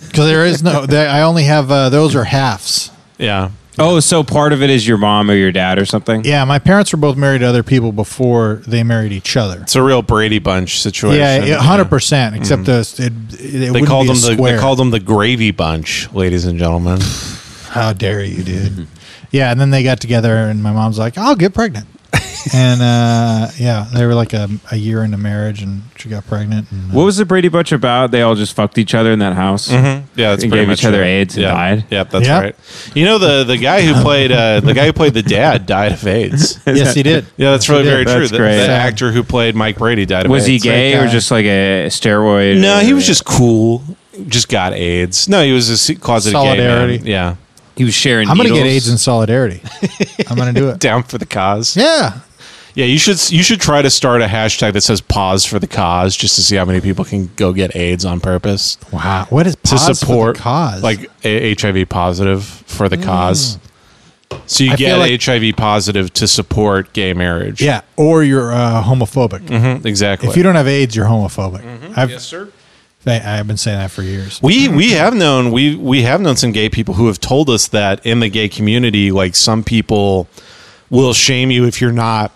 Because there is no, there, I only have uh, those are halves.
Yeah,
Oh, so part of it is your mom or your dad or something?
Yeah, my parents were both married to other people before they married each other.
it's a real Brady Bunch situation.
Yeah, hundred percent. Except those, it, it
Mm-hmm. They called
be
them the
square.
they called them the Gravy Bunch, ladies and gentlemen.
How dare you,
Mm-hmm.
dude? yeah, and then they got together, and my mom's like, "I'll get pregnant," and uh, yeah, they were like a, a year into marriage, and she got pregnant. And, uh,
What was the Brady Bunch about? They all just fucked each other in that house.
Mm-hmm.
Yeah, that's
They
pretty
gave
much
each other
it.
AIDS and
yeah.
died.
Yep, that's
Yeah.
right. You know the the guy who played uh, the guy who played the dad died of AIDS.
yes, he did.
Yeah, that's really
did.
very true.
That's
The,
great.
the
Yeah.
actor who played Mike Brady died of
Was he
AIDS.
gay
Great
or
guy.
just like a steroid?
No,
or-
he was just cool. Just got AIDS. No, he was a se- closeted
Solidarity.
gay man. Yeah,
he was sharing.
I'm gonna get
needles.
AIDS in solidarity. I'm gonna do it.
down for the cause.
Yeah,
Yeah, you should you should try to start a hashtag that says "Pause for the cause" just to see how many people can go get AIDS on purpose
Wow. What is
to
pause for the
support
cause? Mm.
like a- HIV positive for the cause. So you
I
get
feel like-
HIV positive to support gay marriage.
yeah, or you're uh, homophobic.
Mm-hmm. exactly.
If you don't have AIDS, you're homophobic. I've,
sir.
I- I've been saying that for years.
We we have known we we have known some gay people who have told us that in the gay community, like some people will shame you if you're not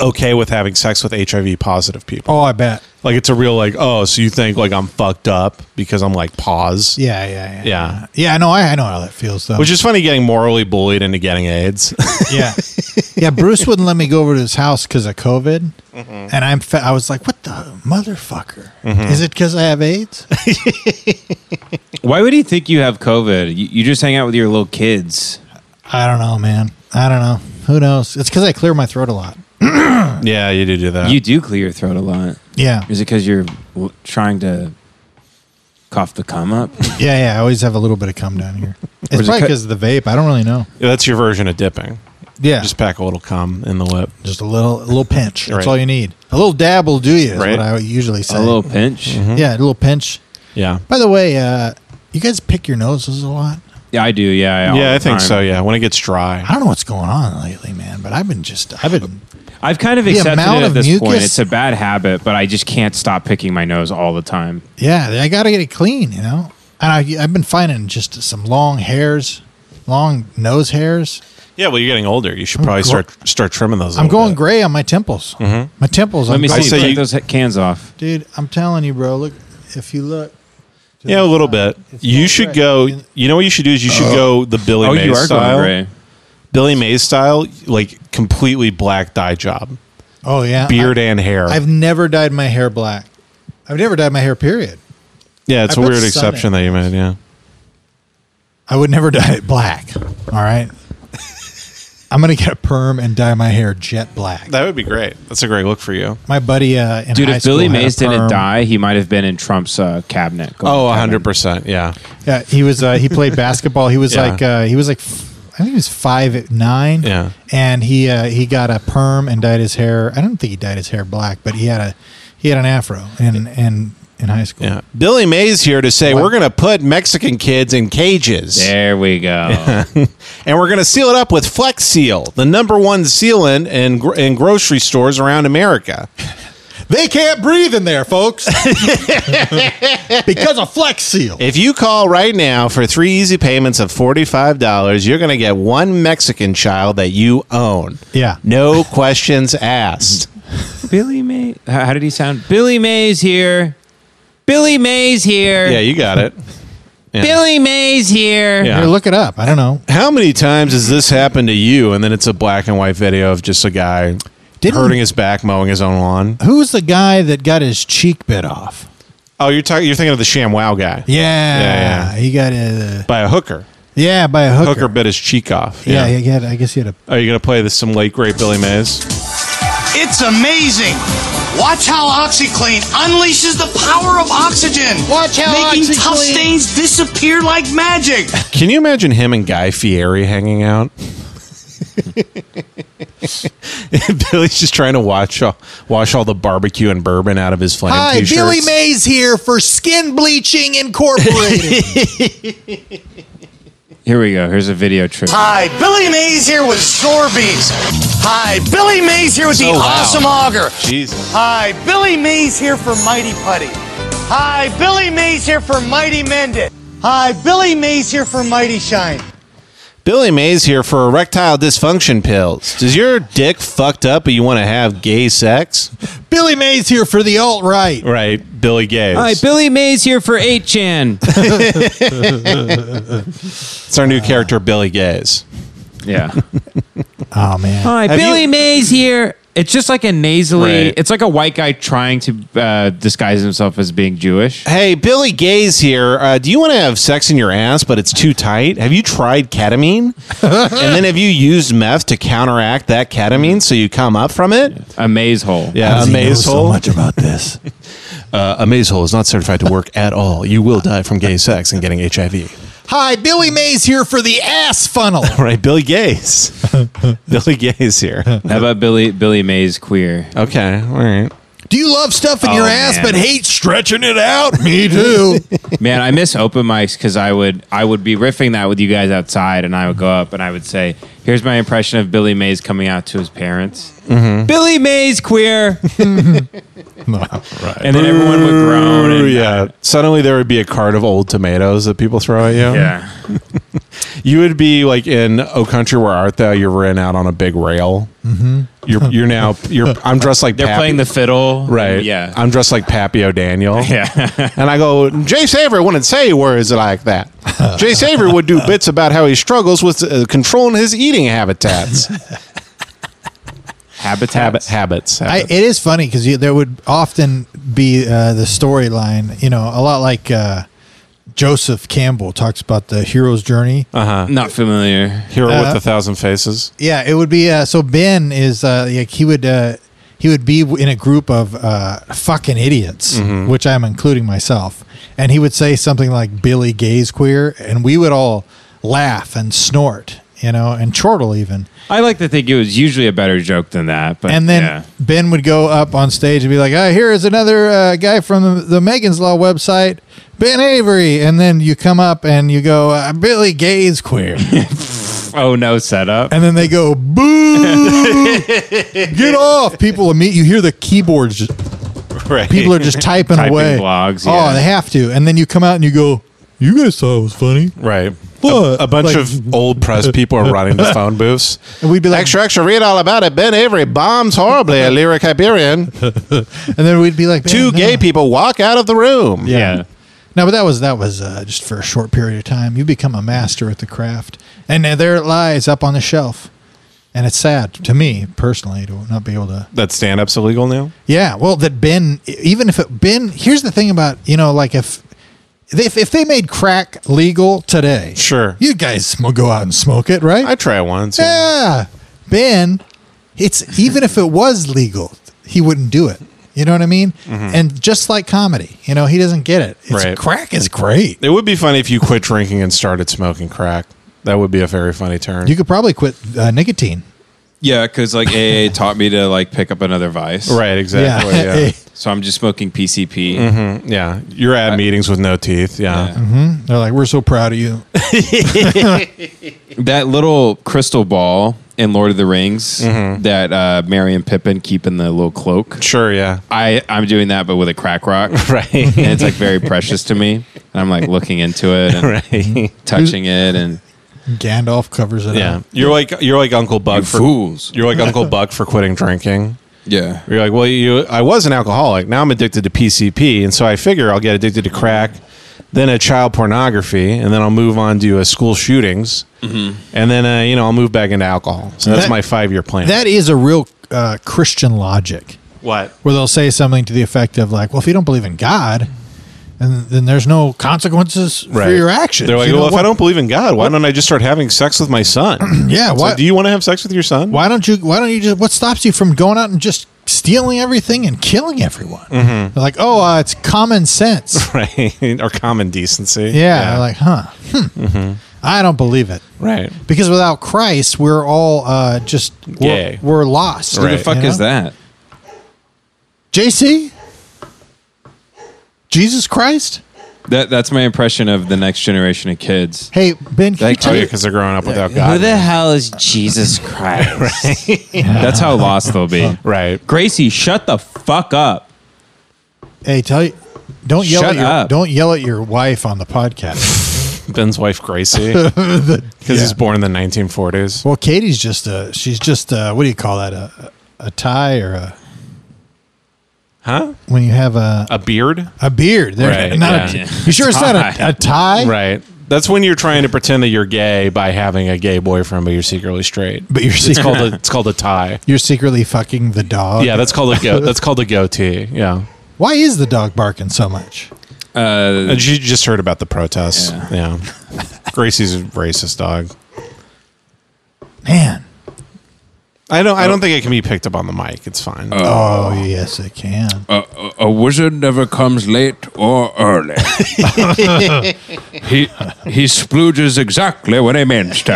okay with having sex with HIV positive people.
Oh, I bet.
Like it's a real like, oh, so you think like I'm fucked up because I'm like pause.
Yeah, yeah, yeah.
Yeah.
Yeah, I know. I, I know how that feels, though.
Which is funny getting morally bullied into getting AIDS.
yeah. yeah, Bruce wouldn't let me go over to his house because of COVID. And I'm fa- I was like, what the motherfucker? Is it because I have AIDS?
Why would he think you have COVID? You, you just hang out with your little kids.
I don't know, man. I don't know. Who knows? It's because I clear my throat a lot.
yeah, you do do that.
You do clear your throat a lot.
Yeah.
Is it because you're l- trying to cough the cum up.
Yeah, yeah. I always have a little bit of cum down here. It's
Where's it
probably
cut-
because of the vape. I don't really know.
Yeah, that's your version of dipping.
Yeah,
Just
just,
pack a little cum in the lip.
a little, a little pinch.
Right.
That's all you need. A little dab will do you. Is
Right.
what I usually say.
a little pinch.
yeah, a little pinch.
Yeah.
By the way, uh, you guys pick your noses a lot.
Yeah, I do. Yeah, all
yeah, I
the
think
time.
so. Yeah, when it gets dry.
I don't know what's going on lately, man. But I've been just, I've been,
I've kind of accepted
amount
it at
of
this point.
mucus-
It's a bad habit, but I just can't stop picking my nose all the time.
yeah. I got to get it clean, you know. And I, I've been finding just some long hairs, long nose hairs.
Yeah, well, you're getting older. You should probably
gro-
start start trimming those. a
I'm
little
going
bit.
gray on my temples. My temples.
Mm-hmm. Let
I'm
me
going
see.
say
Take
you-
those he- cans off.
dude. I'm telling you, bro. Look, if you look,
Yeah, a little bit.
It's
You
going
should
gray.
go. You know what you should do is you should go the Billy
oh,
Mays
you are
style.
going gray.
Billy Mays style, like completely black dye job,
oh yeah,
beard and hair.
I, have never dyed my hair black. I've never dyed my hair. Period.
yeah, it's
I
a
put
weird
sun
exception
in.
that you made. Yeah,
I would never dye it black. All right. I'm gonna get a perm and dye my hair jet black.
that would be great. That's a great look for you.
My buddy uh, in
Dude,
high
if Billy
school had a
Mays didn't
perm.
die, he might have been in Trump's uh, cabinet.
Oh, a hundred percent. Yeah,
yeah, he was. Uh, he played basketball. He was
Yeah.
like, uh, he was like, f- I think he was five at nine.
Yeah.
and he uh, he got a perm and dyed his hair. I don't think he dyed his hair black, but he had a he had an afro in in in high school.
yeah. Billy Mays here to say we're gonna put Mexican kids in cages,
There we go.
and we're gonna seal it up with Flex Seal, the number one sealant in gr- in grocery stores around America.
They can't breathe in there, folks, because of Flex Seal.
If you call right now for three easy payments of $45, you're going to get one Mexican child that you own.
Yeah.
No questions asked.
Billy Mays. How, how did he sound? Billy Mays here. Billy Mays here.
Yeah, you got it.
Billy Mays here.
Yeah.
Here, look it up. I don't know.
How many times has this happened to you? And then it's a black and white video of just a guy
Didn't-
hurting his back, mowing his own lawn.
Who's the guy that got his cheek bit off?
Oh, you're talking. You're thinking of the Sham Wow guy.
Yeah,
yeah.
he got a
By a hooker.
yeah by a hooker.
Hooker bit his cheek off.
Yeah, he had, I guess he had a
Are you going to play this some late great Billy Mays?
It's amazing. Watch how OxyClean unleashes the power of oxygen.
Watch how
making
OxiClean-
tough stains disappear like magic.
Can you imagine him and Guy Fieri hanging out? Billy's just trying to watch all, wash all the barbecue and bourbon out of his flaming
Hi,
t-shirts.
Billy Mays here for Skin Bleaching Incorporated.
Here we go. Here's a video trip.
Hi, Billy Mays here with Sorbies. Hi, Billy Mays here with the
Oh, wow.
awesome auger.
Jesus.
Hi, Billy Mays here for Mighty Putty. Hi, Billy Mays here for Mighty Mended. Hi, Billy Mays here for Mighty Shine.
Billy Mays here for erectile dysfunction pills. Does your dick fucked up and you want to have gay sex?
Billy Mays here for the alt right.
Right, Billy Gays.
Hi, Billy Mays here for 8chan.
it's our new character, Billy Gays.
yeah.
Oh man,
Hi,
Have
Billy
you-
Mays here. It's just like a nasally.
Right.
It's like a white guy trying to uh, disguise himself as being Jewish.
Hey, Billy Gays here. Uh, do you want to have sex in your ass, but it's too tight? Have you tried ketamine? and then have you used meth to counteract that ketamine so you come up from it?
A maze hole.
Yeah, amaze hole.
about this.
uh, amaze hole is not certified to work at all. You will die from gay sex and getting HIV.
Hi, Billy Mays here for the ass funnel.
Right, Billy Gays. Billy Gays here.
How about Billy Billy Mays queer?
Okay, all right. Oh,
Do you love stuffing your ass
man.
but hate stretching it out? Me too.
Man, I miss open mics because I would I would be riffing that with you guys outside, and I would go up and I would say, "Here's my impression of Billy Mays coming out to his parents."
Mm-hmm.
Billy Mays queer, and then everyone would groan. And,
Yeah. Suddenly there would be a cart of old tomatoes that people throw at you.
yeah,
You would be like in "O Country Where Art Thou." You're ran out on a big rail. Mm-hmm. You're you're now you're. I'm dressed like
they're
Pappy-
playing the fiddle.
right.
Yeah.
I'm dressed like Pappy O'Daniel.
yeah.
And I go, Jay Saver wouldn't say words like that. Jay Saver would do bits about how he struggles with uh, controlling his eating habitats. Habit,
Habitats.
habits.
I, it is funny because there would often be uh, the storyline, you know, a lot like uh, Joseph Campbell talks about the hero's journey.
Not familiar.
Hero
uh,
with a thousand faces.
Yeah, it would be. Uh, so Ben is uh, like he would uh,
Mm-hmm.
he would be w- in a group of uh, fucking idiots, which I'm including myself, and he would say something like Billy Gay's queer, and we would all laugh and snort, you know, and chortle even.
I like to think it was usually a better joke than that. But
And then
yeah.
Ben would go up on stage and be like, "Ah, here is another uh, guy from the, the Megan's Law website, Ben Avery." And then you come up and you go, uh, "Billy Gay's queer,"
oh no setup.
and then they go, "Boo! Get off!" People immediately you hear the keyboards. Just,
Right.
people are just typing,
Typing
away.
blogs,
Oh,
yeah.
they have to. And then you come out and you go, "You guys thought it was funny."
right.
What?
A, a bunch
Like-
of old press people are running the phone booths.
And we'd be like-
extra, extra, read all about it. Ben Avery bombs horribly at Lyric Iberian.
And then we'd be like,
Two
"Man,
gay
no."
people walk out of the room.
yeah.
No, but that was that was uh, just for a short period of time. You become a master at the craft, and uh, there it lies up on the shelf. And it's sad to me personally to not be able to.
That stand up's illegal now?
Yeah, well, that Ben, even if it Ben, here's the thing about you know, like if if if they made crack legal today,
Sure.
you guys will go out and smoke it, right?
I try once.
Yeah, Ben. It's even if it was legal, he wouldn't do it. You know what I mean? And just like comedy, you know, he doesn't get it. It's,
Mm-hmm. Right.
Crack is great.
It would be funny if you quit drinking and started smoking crack. That would be a very funny turn.
You could probably quit uh, nicotine.
Yeah, because like AA taught me to like pick up another vice.
right, exactly. Yeah. Yeah.
So I'm just smoking PCP.
You're at meetings with no teeth. Yeah.
They're like, we're so proud of you.
That little crystal ball in Lord of the Rings that uh, Mary and Pippin keep in the little cloak.
Sure, yeah.
I, I'm doing that, but with a crack rock.
Right.
And it's like very precious to me. And I'm like looking into it and
Right.
touching it. And
Gandalf covers it
Yeah.
up.
You're like you're like Uncle Buck
You
for
fools.
You're like Uncle Buck for quitting drinking.
yeah.
You're like, well, you I was an alcoholic. Now I'm addicted to PCP, and so I figure I'll get addicted to crack, then a child pornography, and then I'll move on to uh, school shootings,
Mm-hmm.
and then uh, you know I'll move back into alcohol. So that's
That-
my five year plan.
That is a real uh, Christian logic
what?
where they'll say something to the effect of, like, well, if you don't believe in God, and then there's no consequences for your actions.
They're like,
You know,
well, if I
what-
don't believe in God, why don't I just start having sex with my son?
Yeah,
So
why-
do you want to have sex with your son?
why don't you why don't you just what stops you from going out and just stealing everything and killing everyone
Mm-hmm.
They're like oh uh, it's common sense
Right. or common decency.
yeah, They're like huh hmm.
Mm-hmm.
i don't believe it
right.
because without christ we're all uh, just
Gay.
we're, we're lost
Who the
Right.
fuck
You
is
know?
that?
jc jesus christ
That That's my impression of the next generation of kids.
hey ben can you
Like,
tell
Oh, yeah,
me-
because they're growing up without God.
hell is Jesus Christ? That's how lost they'll be.
Right.
Gracie, shut the fuck up.
hey tell you don't yell
Shut
at your
up.
don't yell at your wife on the podcast
Ben's wife Gracie, because he's born in the 1940s.
well katie's just a she's just a, what do you call that a, a a tie or a
Huh?
when you have a
A beard?
A beard. There,
Right,
not
yeah.
a, you sure it's not a, a tie?
Right. That's when you're trying to pretend that you're gay by having a gay boyfriend, but you're secretly straight.
But you're
It's
secretly,
called a, it's called a tie.
you're secretly fucking the dog.
Yeah, that's called a go, that's called a goatee. Yeah.
Why is the dog barking so much?
Uh,
You just heard about the protests. Yeah. Gracie's a racist dog.
Man.
I don't I don't think it can be picked up on the mic. It's fine.
Oh, yes, it can.
A wizard never comes late or early. he he splooges exactly when he means to.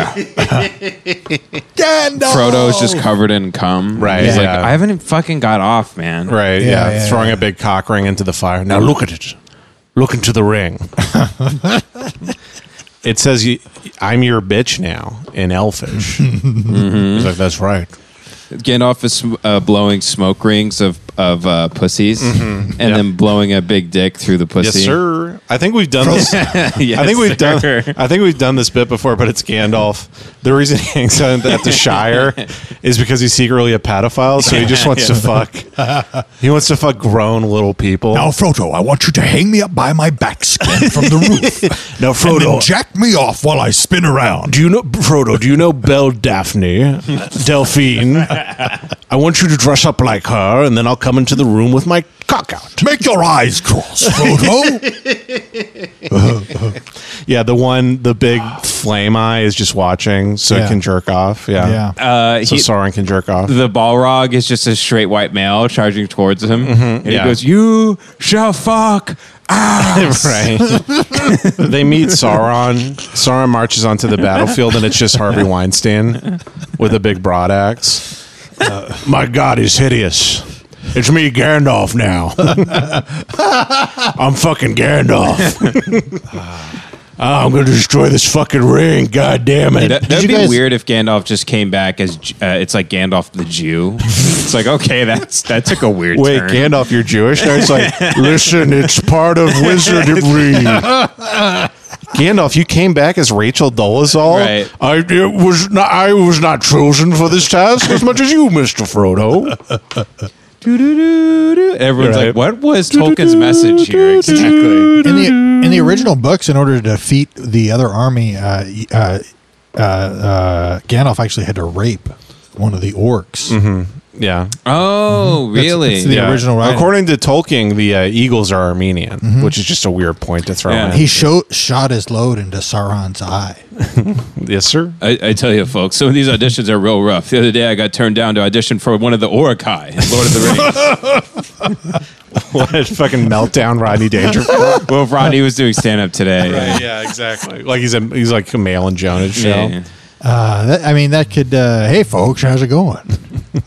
Frodo is just covered in cum.
Oh. Right,
He's like,
yeah.
I haven't even fucking got off, man.
right. Yeah.
Yeah, yeah,
Throwing a big cock ring into the fire. Now look at it. Look into the ring. it says you, I'm your bitch now in Elfish. He's like, that's right.
Gandalf is sm- uh, blowing smoke rings of of uh, pussies, and then blowing a big dick through the pussy.
Mm-hmm. Yes, sir. I think we've done this.
Yes,
I think we've
sir.
done. I think we've done this bit before, but it's Gandalf. The reason he hangs out at the Shire is because he's secretly a pedophile, so he just wants to fuck. He wants to fuck grown little people.
Now, Frodo, I want you to hang me up by my back skin from the roof.
Now,
and then
Frodo,
jack me off while I spin around.
do you know Frodo? Do you know Belle Daphne, Delphine? I want you to dress up like her, and then I'll come into the room with my cock out.
Make your eyes cross, Frodo.
Yeah, the one, the big flame eye is just watching, so
Yeah.
it can jerk off. Yeah,
Yeah.
Uh,
so
he-
Sauron can jerk off.
the Balrog is just a straight white male charging towards him, and
Mm-hmm. yeah.
he goes, "You shall fuck
ass.
right. they meet Sauron. Sauron marches onto the battlefield, and it's just Harvey Weinstein with a big broad axe. Uh, my God, he's hideous. It's me, Gandalf. Now I'm fucking Gandalf. Ah, I'm gonna destroy this fucking ring. God damn it!
That, that'd be weird if Gandalf just came back as J- uh, it's like Gandalf the Jew. it's like okay, that's that took a weird
Wait,
turn.
Gandalf, you're Jewish? No, it's like,
listen, it's part of
wizardry. Gandalf, you came back as Rachel Dolezal.
Right.
I it was not. I was not chosen for this task as much as you, Mister Frodo.
Everyone's
Right.
like, what was Tolkien's message here exactly?
In the in the original books, in order to defeat the other army, uh, y- uh, uh, uh, Gandalf actually had to rape one of the orcs.
Yeah.
Oh,
That's- really? that's the original writing.
According to Tolkien, the uh, Eagles are Armenian,
Mhm.
which is just a weird point to throw in.
He sho- shot his load into Sauron's eye.
yes, sir.
I, I tell you, folks, some of these auditions are real rough. The other day, I got turned down to audition for one of the Orokai in Lord of the Rings.
what a fucking meltdown, Rodney Dangerfield.
well, Rodney was doing stand up today.
yeah, exactly. Like he's a, he's like a male and Jonas show.
Yeah.
Uh, that, I mean, that could. Uh, hey, folks, how's it going?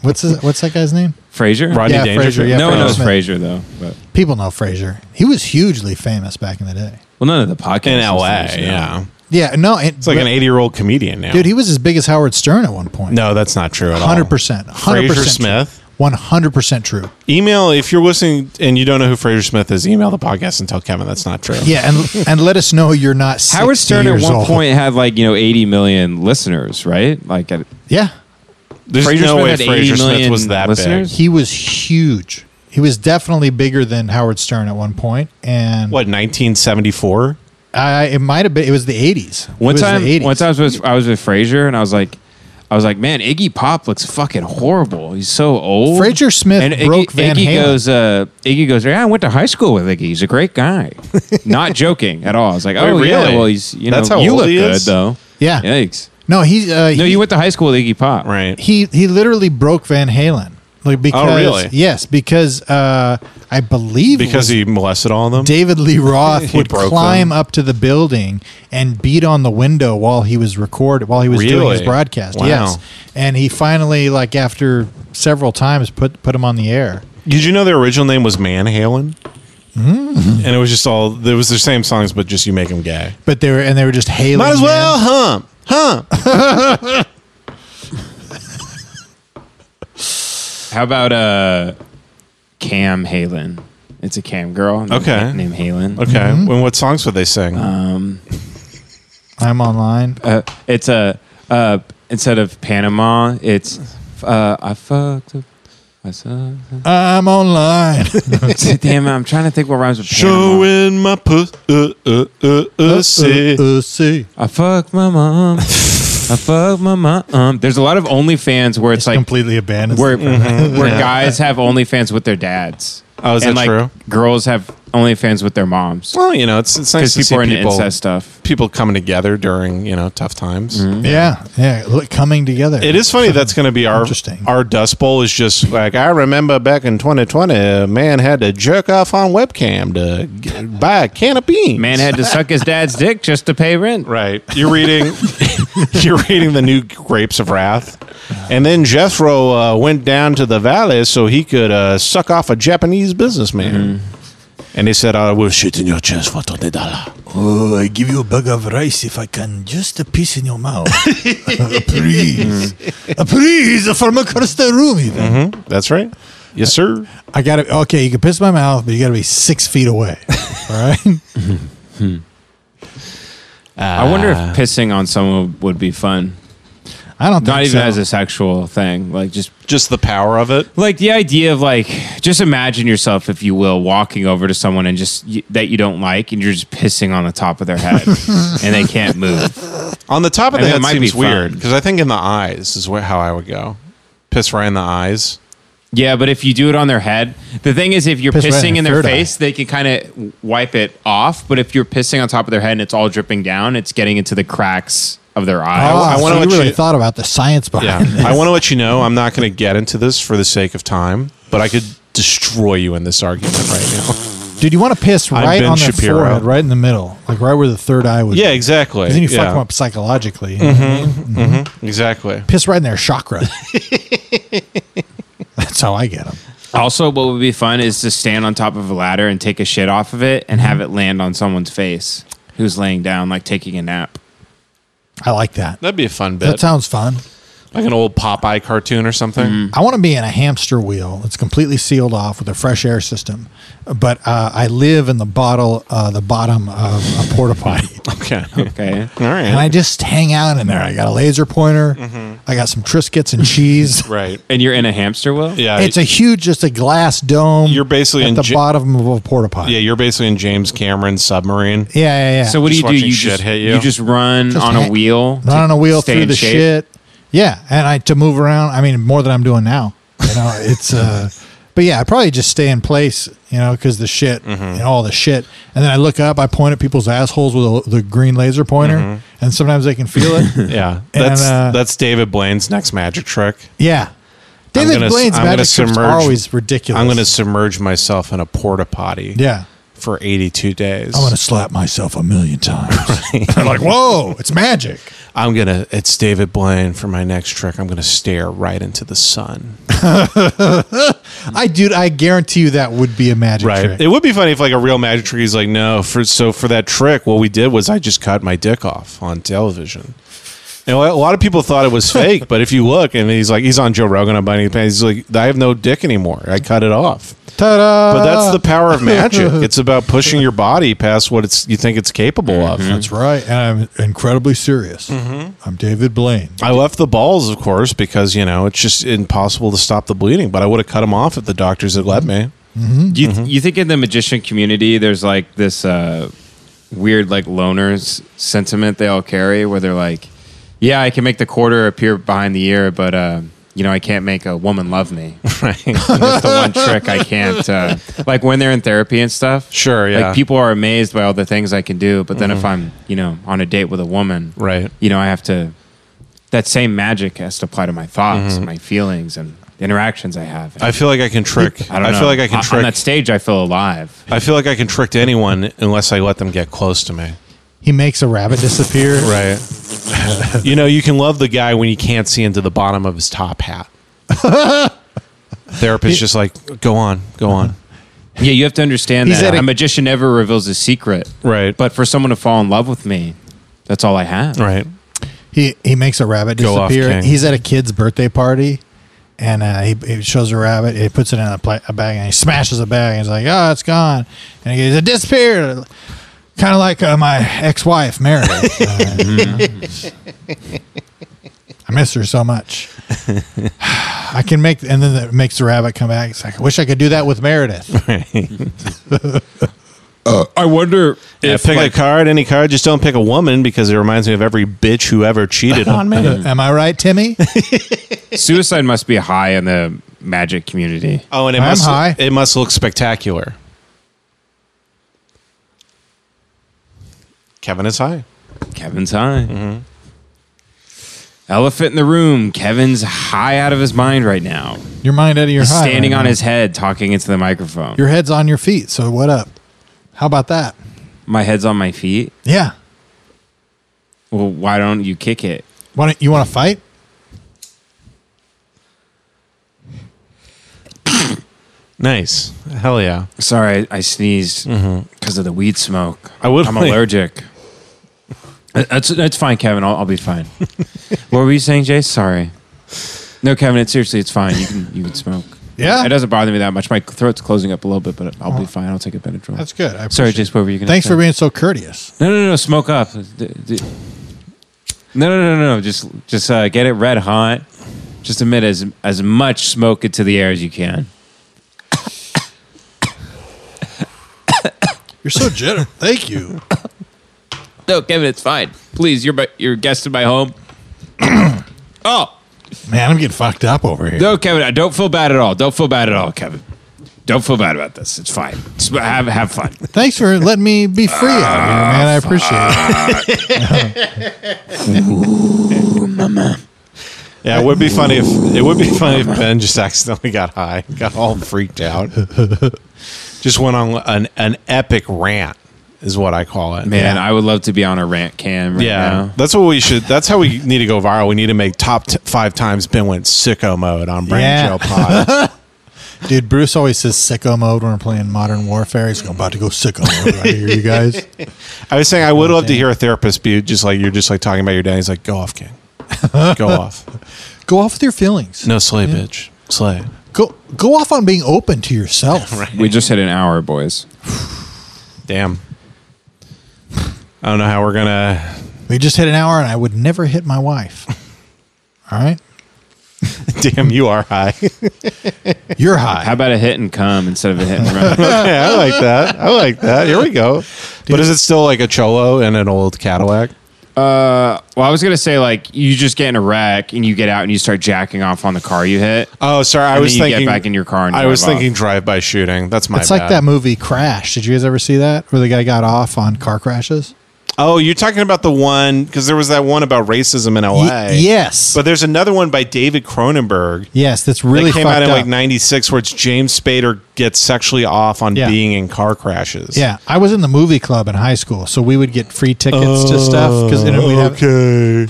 What's his, what's that guy's name?
Fraser?
Rodney Yeah, Frasier, Dangerfield? yeah,
no one
Frasier
knows
Smith.
Fraser, though. But.
People know Frasier. He was hugely famous back in the day.
Well, none of the podcasts.
In LA,
listeners know.
yeah.
Yeah, no, and,
It's like an 80 year old comedian now.
dude, he was as big as Howard Stern at one point.
no, that's not true at all.
Hundred percent, hundred
Fraser
percent,
Smith.
one hundred percent true.
Email if you're listening and you don't know who Fraser Smith is. Email the podcast and tell Kevin that's not true.
Yeah, and and let us know you're not. 60
Howard Stern at
years
one
old.
point had like, you know, 80 million listeners, right? Like, at,
Yeah,
There's
Frasier
no
Smith
way
had 80
Fraser Smith
million
was that
listeners?
he was huge. He was definitely bigger than Howard Stern at one point, and
big. What, 1974?
I, it might have been. It was the eighties.
One
was
time,
the 80s.
one time I was with, I was with Frazier, and I was like, I was like, man, Iggy Pop looks fucking horrible. He's so old.
Frazier Smith
and Iggy,
broke Van
Iggy
Halen.
goes, uh, Iggy goes, yeah, I went to high school with Iggy. He's a great guy. Not joking at all. I was like,
Wait,
oh
really?
yeah, well he's you know
That's how
you
old
look
he
good
is?
though.
Yeah.
Yikes.
No, he. Uh,
No,
he,
you went to high school with Iggy Pop.
Right.
he he literally broke Van Halen. Like because
Oh,
really?
yes, because uh, I believe it
Because
was
he molested all of them?
David Lee Roth
He
would
broke
climb
them.
up to the building and beat on the window while he was record while he was doing his
Really?
broadcast.
Wow.
Yes, and he finally like after several times put put him on the air.
Did you know their original name was Man Halen?
Mm-hmm.
And it was just all, there was the same songs, but just you make them gay.
But they were and they were just hailing.
Might as
him.
well hump, hump.
How about uh, Cam Halen? It's a Cam girl.
Okay.
Named Halen.
Okay. And what songs would they sing?
I'm online.
uh, it's a uh, instead of Panama, it's uh, I fucked up. I suck.
I'm online.
Damn it! I'm trying to think what rhymes with Panama.
Showing my pussy. Uh, uh, uh, uh, see.
Uh, uh, see.
I fuck my mom. I fuck my mom. There's a lot of OnlyFans where it's, like
completely abandoned.
where where guys have OnlyFans with their dads.
Mm-hmm. Oh, is
and like
that true?
girls have OnlyFans with their moms
Well, you know, it's, it's
because
nice to see
people are into
people,
incest Mm-hmm. stuff.
people coming together during, you know, tough times.
yeah, yeah, look, coming together.
It is funny that's going to be our
Interesting.
our Dust Bowl is just like I remember back in 2020, a man had to jerk off on webcam to g- buy a can of beans.
Man had to suck his dad's dick just to pay rent.
right? You're reading you're reading the new Grapes of Wrath, and then Jethro uh, went down to the valley so he could uh, suck off a Japanese businessman.
Mm-hmm.
And he said, "I will shit in your chest for twenty dollar."
Oh, I give you a bag of rice if I can just a piece in your mouth. please. please, from across the room, even.
That's right. Yes, sir.
I got to okay. You can piss my mouth, but you got to be six feet away. All right.
I wonder
Ah.
if pissing on someone would be fun.
I don't think
Not even
so.
as a sexual thing, like just
Just the power of it.
like the idea of like just imagine yourself if you will walking over to someone and just y- that you don't like and you're just pissing on the top of their head and they can't move
On the top of
I
the
mean, it
head
might
seems
be
weird
fun.
because I think in the eyes is where, how I would go. Piss right in the eyes.
yeah but if you do it on their head the thing is if you're
Piss right
pissing
in
in
their
their
third eye.
face they can kind of wipe it off but if you're pissing on top of their head and it's all dripping down it's getting into the cracks of their eye
Oh,
I
I
wanna
so
let
you really
you-
thought about the science
Yeah.
behind
I want to let you know I'm not going to get into this for the sake of time, but I could destroy you in this argument right now.
Dude, you want to piss
I'm
right
Ben
on their
Shapiro.
forehead, right in the middle, like right where the third eye would.
Yeah,
be.
exactly.
'Cause Then you fuck
Yeah.
them up psychologically. you know what I mean?
Mm-hmm. Mm-hmm. Exactly.
Piss right in their chakra. That's how I get them.
Also, what would be fun is to stand on top of a ladder and take a shit off of it and have it land on someone's face who's laying down, like taking a nap.
I like that.
That'd be a fun bit.
That sounds fun.
like an old Popeye cartoon or something.
I want to be in a hamster wheel that's completely sealed off with a fresh air system, but uh, I live in the bottle, uh, the bottom of a porta potty,
Okay. Okay. All right.
Mm-hmm. and I just hang out in there. I got a laser pointer,
Mm-hmm.
I got some Triscuits and cheese.
right.
And you're in a hamster wheel?
Yeah.
It's a huge, just a glass dome.
You're basically
at
in
the
Ja-
bottom of a porta potty.
yeah. You're basically in James Cameron's submarine.
Yeah, yeah, yeah.
So what
Just
do you do?
watching
You
shit
just
hit you?
you. just run
Just
on a
hang-
wheel,
not on a wheel
stay
through
in
the
shape?
shit. Yeah, and I to move around. I mean, more than I'm doing now. You know, it's uh, but yeah, I probably just stay in place. You know, because the shit
Mm-hmm.
and all the shit, and then I look up. I point at people's assholes with a, the green laser pointer,
Mm-hmm.
and sometimes they can feel it.
Yeah.
And,
That's
uh,
that's David Blaine's next magic trick.
yeah,
I'm
David
gonna-
Blaine's
I'm gonna
magic tricks are
submerge-
always ridiculous.
I'm going to submerge myself in a porta potty.
yeah.
For 82 days.
I'm gonna slap myself a million times. I'm like, whoa, it's magic.
I'm gonna. It's David Blaine for my next trick. I'm gonna stare right into the sun.
I dude, I guarantee you that would be a magic trick.
It would be funny if like a real magic trick. He's like, no. For so for that trick, what we did was I just cut my dick off on television. And a lot of people thought it was fake, but if you look, and he's like, he's on Joe Rogan on Bunny Pants. He's like, I have no dick anymore. I cut it off.
Ta-da!
But
Uh.
that's the power of magic. it's about pushing your body past what it's you think it's capable of.
Mm-hmm.
That's right. And I'm incredibly serious.
Mm-hmm.
I'm David Blaine.
I left the balls, of course, because you know it's just impossible to stop the bleeding. But I would have cut them off if the doctors had let me.
Do you,
Mm-hmm.
you think in the magician community there's like this uh, weird like loners sentiment they all carry where they're like, yeah, I can make the quarter appear behind the ear, but uh, you know I can't make a woman love me.
Right.
And That's the one trick I can't. Uh, like when they're in therapy and stuff.
Sure, yeah. Mm-hmm.
Like people are amazed by all the things I can do, but then if I'm you know on a date with a woman,
Right.
you know I have to. That same magic has to apply to my thoughts,
Mm-hmm.
and my feelings, and the interactions I have.
I feel like I can trick.
I don't know.
feel like I can
On-
trick.
on that stage. I feel alive.
I feel like I can trick to anyone unless I let them get close to me.
He makes a rabbit disappear.
Right. you know, you can love the guy when you can't see into the bottom of his top hat. Therapist just like, go on, go on.
Yeah, you have to understand
He's
that a,
at a-
magician never reveals his secret.
Right.
But for someone to fall in love with me, that's all I have.
Right.
He he makes a rabbit
Go off,
disappear.
King.
He's at a kid's birthday party, and uh, he, he shows a rabbit. He puts it in a, pla- a bag and he smashes a bag. And he's like, "Oh, it's gone!" And he goes, "It disappeared." Kind of like uh, my ex-wife, Mary. Uh, I miss her so much. I can make, and then it makes the rabbit come back. It's like, I wish I could do that with Meredith.
I wonder
Yeah, pick a card, any card. Just don't pick a woman because it reminds me of every bitch who ever cheated on me.
Am I right, Timmy?
suicide must be high in the magic community.
Oh, and it
I'm
must
high.
it must look spectacular. Kevin is high.
Kevin's high. Mm-hmm. Elephant in the room. Kevin's high out of his mind right now.
Your mind out of your
He's
high
standing
right
on
now.
his head, talking into the microphone.
Your head's on your feet. So what up? How about that?
My head's on my feet.
Yeah.
Well, why don't you kick it?
Why don't you want to fight?
Nice. Hell yeah.
Sorry, I sneezed because of the weed smoke.
Mm-hmm. I would
I'm
like-
allergic. Uh, That's that's fine, Kevin. I'll, I'll be fine. what were you saying, Jay? Sorry. No, Kevin. It's seriously, it's fine. You can you can smoke.
Yeah? Oh.
it doesn't bother me that much. My throat's closing up a little bit, but I'll be fine. I'll take a Benadryl.
That's good. I
Sorry,
appreciate
Jay. What were you
it.
going to?
Thanks for being so courteous.
No, no, no. Smoke up. D- d- No, no, no, no, no. Just just uh, get it red hot. Just emit as as much smoke into the air as you can.
You're so generous. Thank you.
No, Kevin, it's fine. Please, you're my, you're a guest in my home. oh
Man, I'm getting fucked up over here.
no, Kevin, I don't feel bad at all. Don't feel bad at all, Kevin. Don't feel bad about this. It's fine. Just have have fun.
Thanks for letting me be free
Ah,
out here, man. I appreciate it.
Yeah, it would be funny if it would be funny if Ben just accidentally got high, got all freaked out. just went on an, an epic rant, is what I call it.
Man, I would love to be on a rant cam. Right
yeah,
now.
that's what we should. That's how we need to go viral. We need to make top t- five times Ben went sicko mode on Brain
Yeah.
Jail Pod.
Dude, Bruce always says sicko mode when we're playing Modern Warfare. He's going, about to go sicko mode right here, you guys.
I was saying I would love to hear a therapist be just like you're, just like talking about your dad. He's like, go off, King, go off,
Go off with your feelings.
no slay, bitch, slay.
Go go off on being open to yourself.
We just hit an hour, boys.
Damn, I don't know how we're gonna.
We just hit an hour and I would never hit my wife. All right?
Damn, you are high.
You're high.
How about a hit and come instead of a hit and run?
okay, I like that. I like that. Here we go. But is it still like a cholo and an old Cadillac?
uh, well, I was gonna say like you just get in a wreck and you get out and you start jacking off on the car you hit.
Oh, sorry. I
And
was
then you get
thinking
back in your car and
I was
drive off.
thinking drive-by shooting. That's my.
It's
bad.
like that movie Crash. Did you guys ever see that? Where the guy got off on car crashes?
Oh, you're talking about the one because there was that one about racism in
Y-
L.A.
yes.
but there's another one by David Cronenberg.
yes, that's
that
really
came
fucked
out in
up.
like '96, where it's James Spader gets sexually off on
Yeah.
being in car crashes.
yeah, I was in the movie club in high school, so we would get free tickets to stuff because we'd have
Oh, okay.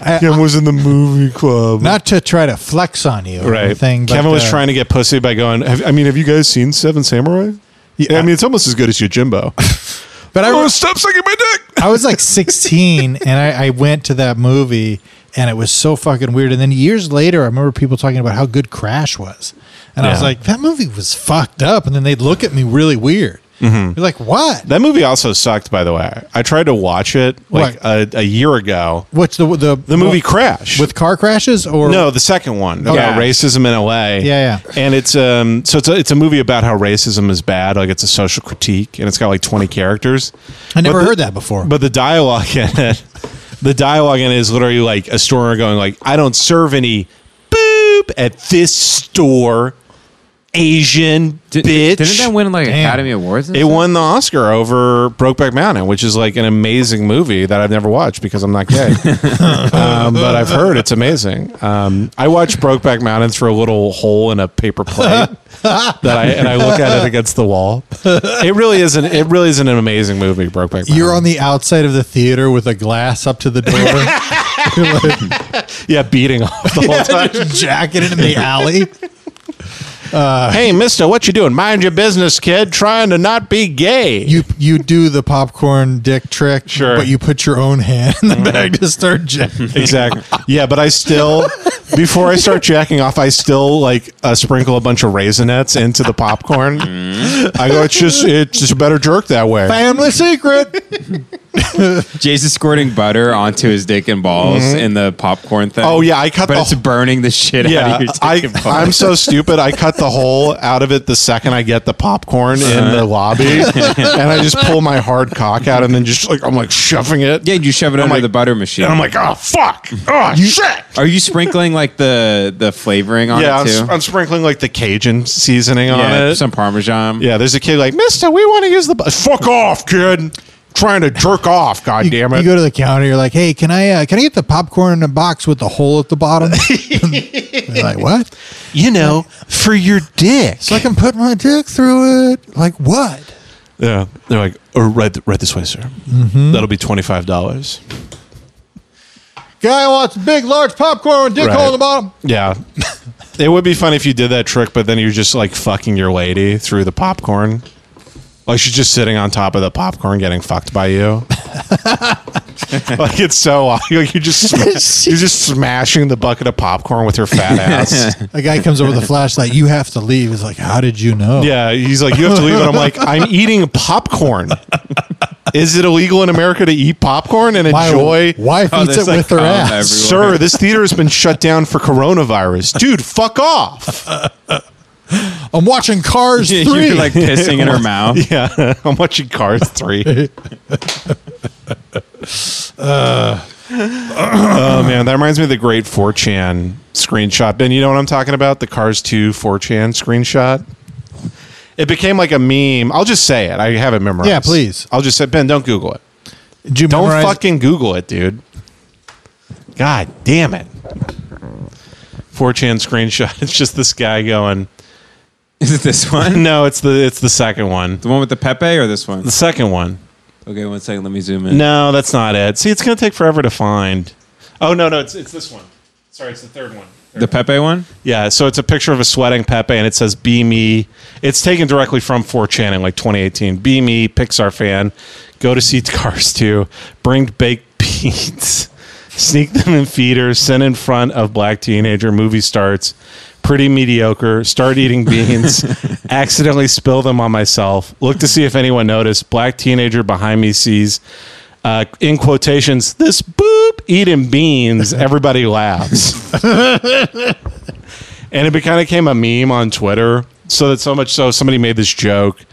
I-
was in the movie club.
not to try to flex on you or
right.
anything. but,
Kevin was
uh,
trying to get pussy by going. Have, I mean, have you guys seen Seven Samurai? Yeah. I mean, it's almost as good as Yojimbo.
but I,
oh,
was
stop sucking my dick.
I was like 16, and I, I went to that movie, and it was so fucking weird. And then years later, I remember people talking about how good Crash was, and I was
Yeah.
like, that movie was fucked up. And then they'd look at me really weird. They're like, what?
Mm-hmm. That movie also sucked, by the way. I tried to watch it like a, a year ago.
What's the the
The movie
what-
Crash.
with car crashes or
no, the second one about racism in LA.
Yeah, yeah.
And it's um so it's a, it's a movie about how racism is bad, like it's a social critique and it's got like 20 characters.
I never
But the-
heard that before.
But the dialogue in it the dialogue in it is literally like a store going like I don't serve any boop at this store Asian
Did,
bitch.
Didn't that win like
Damn.
Academy Awards? and
It
stuff?
won the Oscar over Brokeback Mountain, which is like an amazing movie that I've never watched because I'm not gay. um, but I've heard it's amazing. Um, I watch Brokeback Mountain through a little hole in a paper plate that I and I look at it against the wall. It really isn't. It really isn't an amazing movie, Brokeback Mountain.
You're on the outside of the theater with a glass up to the door,
yeah, beating off the whole time.
jacket in the alley.
hey, Mister, what you doing? Mind your business, kid. Trying to not be gay.
You you do the popcorn dick trick,
Sure. Mm-hmm.
but you put your own hand in the bag to start jacking.
Exactly. Yeah, but I still, before I start jacking off, I still like uh, sprinkle a bunch of raisinettes into the popcorn.
Mm.
I go, it's just, it's just a better jerk that way.
Family secret.
Jason's squirting butter onto his dick and balls in the popcorn thing.
Mm-hmm. Oh, yeah, I cut
but
the
it's
whole-
burning the shit out
Yeah,
of your dick
I,
and balls.
I'm so stupid. I cut the hole out of it the second I get the popcorn in
Uh-huh.
the lobby, and I just pull my hard cock out, and then just like I'm like shoving it.
yeah, you shove it under
like-
the butter machine.
and I'm like, oh fuck, oh shit.
Are you sprinkling like the the flavoring on
Yeah,
it
I'm,
too?
s- I'm sprinkling like the Cajun seasoning on
yeah,
it.
some parmesan.
Yeah, there's a kid like, Mister, we want to use the bus. Fuck off, kid. Trying to jerk off, god
You,
damn it.
you go to the counter. You're like, hey, can I uh, can I get the popcorn in a box with the hole at the bottom? They're like what?
You know, for your dick.
So I can put my dick through it. Like what?
yeah, they're like, "Uh, or right, right this way, sir.
Mm-hmm.
That'll be twenty five dollars.
Guy wants big, large popcorn with dick
Right.
hole in the bottom.
Yeah, it would be funny if you did that trick, but then you're just like fucking your lady through the popcorn. Like she's just sitting on top of the popcorn, getting fucked by you. like it's so like you're just sma- you're just smashing the bucket of popcorn with her fat ass.
A guy comes over with a flashlight. You have to leave. It's like, how did you know?
Yeah, he's like, you have to leave, and I'm like, I'm eating popcorn. Is it illegal in America to eat popcorn and
My
enjoy?
wife
Oh,
eats
there's
it
like
with her
cum
ass.
everywhere.
Sir, this theater has been shut down for coronavirus. Dude, fuck off.
I'm watching Cars
Yeah,
3.
You're like pissing in her mouth.
Yeah, I'm watching Cars 3. Uh, oh, man. That reminds me of the great 4chan screenshot. Ben, you know what I'm talking about? The Cars 2 4chan screenshot. It became like a meme. I'll just say it. I have it memorized.
Yeah, please.
I'll just say, Ben, don't Google it.
Did you
Don't
memorize-
fucking Google it, dude. God damn it. 4chan screenshot. It's just this guy going,
Is it this one?
no, it's the it's the second one.
The one with the Pepe or this one?
The second one.
Okay, one second. Let me zoom in.
No, that's not it. See, it's going to take forever to find. Oh no, no, it's it's this one. Sorry, it's the third one.
The Pepe one?
Yeah, so it's a picture of a sweating Pepe, and it says "Be me." It's taken directly from 4chan in like 2018. Be me, Pixar fan. Go to see Cars 2. Bring baked beans. Sneak them in feeders. Send in front of black teenager. Movie starts. Pretty mediocre. Start eating beans. accidentally spill them on myself. Look to see if anyone noticed. Black teenager behind me sees. Uh, in quotations, this boop eating beans. Everybody laughs and it kind of became a meme on Twitter. So that so much so somebody made this joke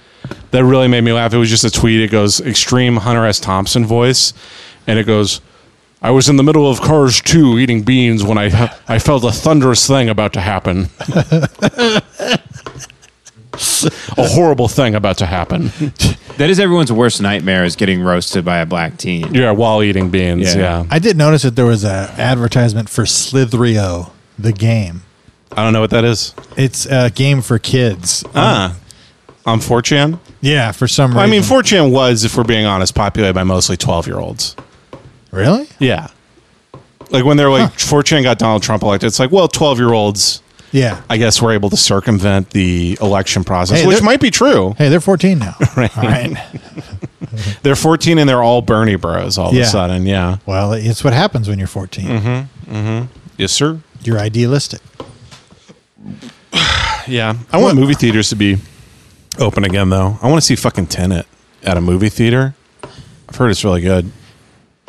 that really made me laugh. It was just a tweet. It goes extreme Hunter S. Thompson voice, and it goes, "I was in the middle of Cars 2 eating beans when I I felt a thunderous thing about to happen." a horrible thing about to happen.
That is everyone's worst nightmare is getting roasted by a black teen.
Yeah, while eating beans.
Yeah.
Yeah.
I did notice that there was a advertisement for Slithrio, the game.
I don't know what that is.
It's a game for kids.
Ah. On 4chan?
Yeah, for some reason.
I mean, 4chan was, if we're being honest, populated by mostly 12 year olds.
really?
Yeah. Like when they're like, 4chan got Donald Trump elected, it's like, well, 12 year olds,
Yeah.
I guess, were able to circumvent the election process,
Hey,
which
they're-
might be true.
Hey, they're 14 now. All right.
They're 14 and they're all Bernie bros all of
Yeah.
a sudden. Yeah.
Well, it's what happens when you're 14.
Mm-hmm. Yes, sir.
You're idealistic.
Yeah. I want movie theaters to be open again, though. I want to see fucking Tenet at a movie theater. I've heard it's really good.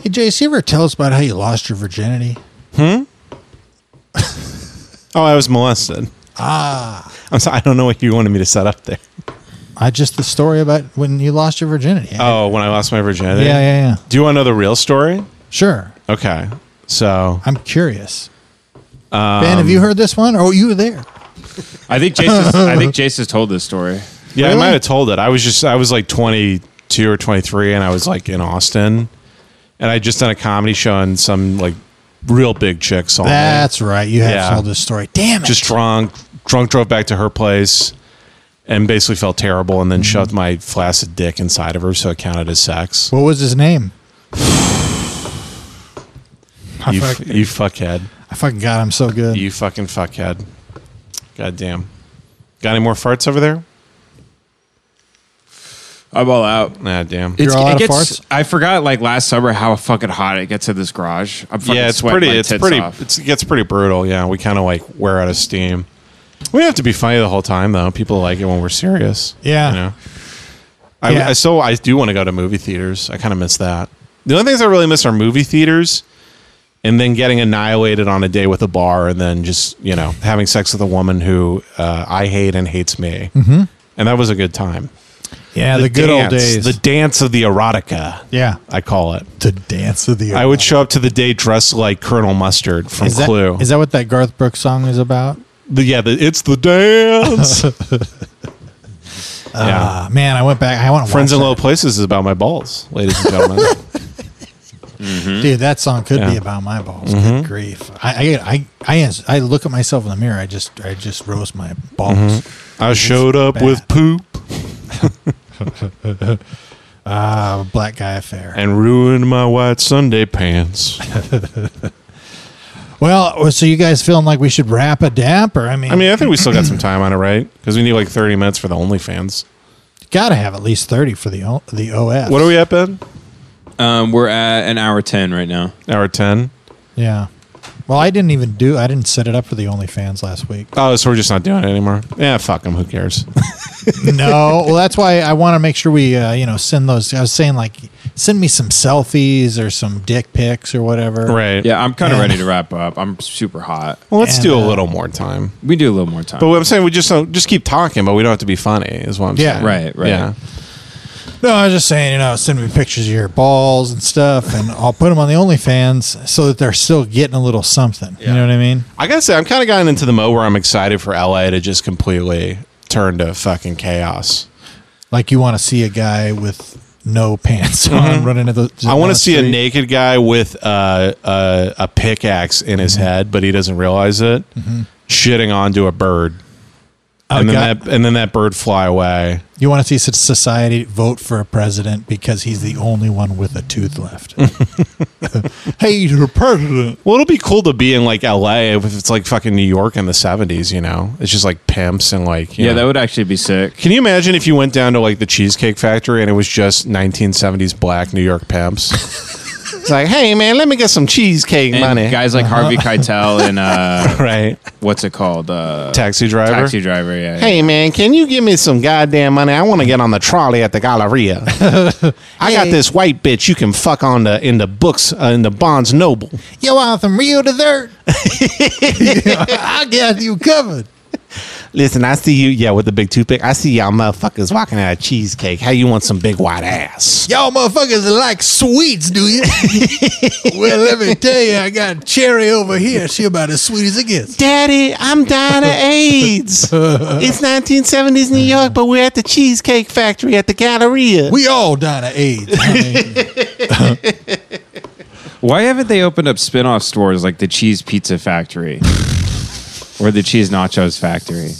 Hey, Jace, you ever tell us about how you lost your virginity?
Oh, I was molested. Ah. I'm sorry. I don't know what you wanted me to set up there.
I just the story about when you lost your virginity.
Oh, when I lost my
yeah,
virginity?
yeah, yeah.
Do you want to know the real story?
Sure.
Okay. So
I'm curious. ben,
Um,
have you heard this one? Or you were there?
I think Jason's, I think Jason's told this story.
Yeah,
Really?
I might have told it. I was just I was like 22 or 23 and I was like in Austin and I had just done a comedy show and some like real big chick saw me.
That's right. You have
Oh, Yeah.
told this story. Damn it.
Just drunk, drunk drove back to her place and basically felt terrible and then
Mm-hmm.
shoved my flaccid dick inside of her so it counted as sex.
what was his name? I,
You,
fuck,
you fuckhead.
I fucking got him so good.
You fucking fuckhead. God damn. Got any more farts over there?
I'm all out.
Nah, damn.
It's,
all out
it
of
gets,
farts?
I forgot like last summer how fucking hot it gets in this garage. I'm fucking
yeah, it's
sweating
pretty.
my
It's
tits
pretty.
off.
It's, it gets pretty brutal. Yeah, we kind of like wear out of steam. We don't have to be funny the whole time though. People like it when we're serious.
Yeah.
You know? I,
Yeah.
I so I do want to go to movie theaters. I kind of miss that. The only things I really miss are movie theaters, and then getting annihilated on a day with a bar, and then just you know having sex with a woman who uh, I hate and hates me, mm-hmm. and that was a good time.
yeah, the, good old
Dance.
days.
The dance of the erotica.
yeah.
I call it.
The dance of the
I would show up to the day dressed like Colonel Mustard from
is that,
Clue.
is that what that Garth Brooks song is about?
The- yeah, the, it's the dance. yeah.
Ah, man, I went back. I want to
Friends
watch
in
that.
Low Places is about my balls, ladies and gentlemen.
Dude, that song could be
Yeah. Mm-hmm.
about my balls. Good grief. I, I, I, I, ans- I look at myself in the mirror. I just, I just roast my balls.
I showed up
bad.
with poop
A black guy affair.
and ruined my white Sunday pants.
well, uh, so you guys feeling like we should wrap a dap, or I mean,
I mean, I think we still got some time on it, right? Because we need like 30 minutes for the OnlyFans.
gotta have at least thirty for the O- the OS.
What are we at, Ben?
um, we're at an hour ten right now.
Hour 10.
Yeah. Well, I didn't even do. I didn't set it up for the OnlyFans last week.
Oh, so we're just not doing it anymore. Yeah, fuck them. Who cares?
no. Well, that's why I want to make sure we, uh, you know, send those. I was saying like, send me some selfies or some dick pics or whatever.
right.
Yeah, I'm kind of
Yeah.
ready to wrap up. I'm super hot.
Well, let's
And,
do a
uh,
little more time.
We do a little more time.
But what I'm saying, we just don't just keep talking, but we don't have to be funny, is what I'm
Yeah.
saying.
Right, right.
Yeah.
No, I was just saying, you know, send me pictures of your balls and stuff, and I'll put them on the OnlyFans so that they're still getting a little something. You know what I mean?
I gotta say, I'm kind of gotten into the mode where I'm excited for LA to just completely turn to fucking chaos.
Like you want to see a guy with no pants on running to the.
Mm-hmm. I
down
want
the
to see a
street.
naked guy with uh, a a
Mm-hmm.
pickaxe in his head, but he doesn't realize it, shitting onto a bird. and then
got-
that and then that bird fly away.
You want to see so- society vote for a president because he's the only one with a tooth left. hey, you're president.
Well, it'll be cool to be in like L.A. if it's like fucking New York in the '70s. You know, it's just like pimps and like you
Yeah,
know.
that would actually be sick.
Can you imagine if you went down to like the Cheesecake Factory and it was just 1970s black New York pimps? it's like, hey man, let me get some cheesecake
And
money.
guys like Harvey Keitel and uh,
right?
What's it called? Uh,
Taxi driver.
Taxi driver. Yeah.
Hey man, can you give me some goddamn money? I want to get on the trolley at the Galleria. I got this white bitch you can fuck on the in the books uh, in the Bonds Noble.
You want some real dessert? I got you covered.
Listen, I see you, yeah, with the big toothpick. I see y'all motherfuckers walking out of cheesecake. How you want some big white ass?
Y'all motherfuckers like sweets, do you? well, let me tell you, I got Cherry over here. She about as sweet as it gets.
Daddy, I'm dying of AIDS. it's 1970s New York, but we're at the Cheesecake Factory at the Galleria.
We all die of AIDS. I mean,
Why haven't they opened up spin-off stores like the Cheese Pizza Factory or the Cheese Nachos Factory?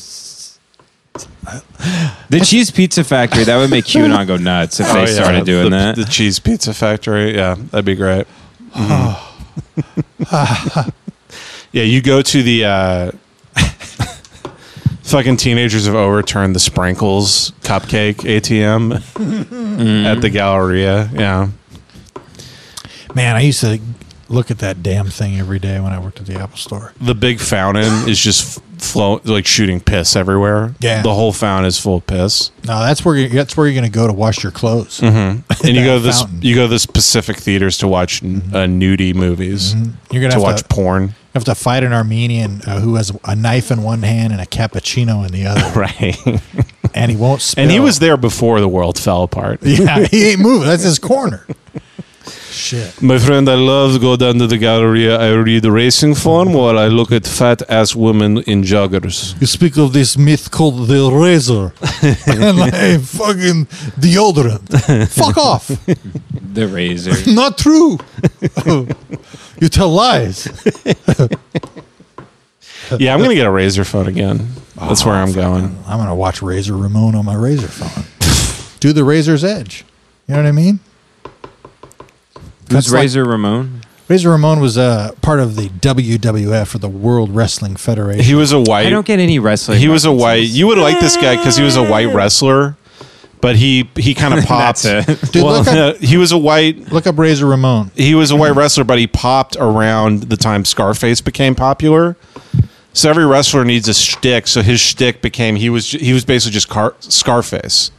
The Cheese Pizza Factory that would make QAnon go nuts if
Oh,
they started doing that.
Cheese Pizza Factory. Yeah, that'd be great. Mm-hmm. yeah, you go to the uh, fucking teenagers have overturned the sprinkles cupcake ATM at the Galleria. Yeah.
man, I used to look at that damn thing every day when I worked at the Apple Store.
the big fountain is just flow like shooting piss everywhere.
Yeah.
the whole fountain is full of piss.
No, that's where you, that's where you're going to go to wash your clothes.
Mm-hmm. And you
That
go to this
fountain. Mm-hmm.
you go to this Pacific theaters to watch uh, nudie movies,
You're going
to
to
watch
have to
porn.
have to fight an Armenian uh, who has a knife in one hand and a cappuccino in the other,
Right,
and he won't. Spill.
and he was there before the world fell apart.
yeah, he ain't moving. That's his corner. Shit.
My friend, I love to go down to the Galleria. I read racing form while I look at fat ass women in joggers.
You speak of this myth called the razor and like fucking deodorant. Fuck off.
The razor.
Not true. you tell lies.
Yeah, I'm gonna get a razor phone again. That's where I'm going.
I'm going to watch Razor Ramon on my razor phone. Do the razor's edge. You know what I mean?
Who's
like-
Razor Ramon?
Razor Ramon was uh, part of the WWF or the World Wrestling Federation.
He was a white.
I don't get any wrestling.
he was a white. You would like this guy because he was a white wrestler, but he he kind of popped.
That's it.
Dude,
well,
look up-
he was a white.
Look up Razor Ramon.
He was a white wrestler, but he popped around the time Scarface became popular. So every wrestler needs a shtick. So his shtick became he was he was basically just car, Scarface.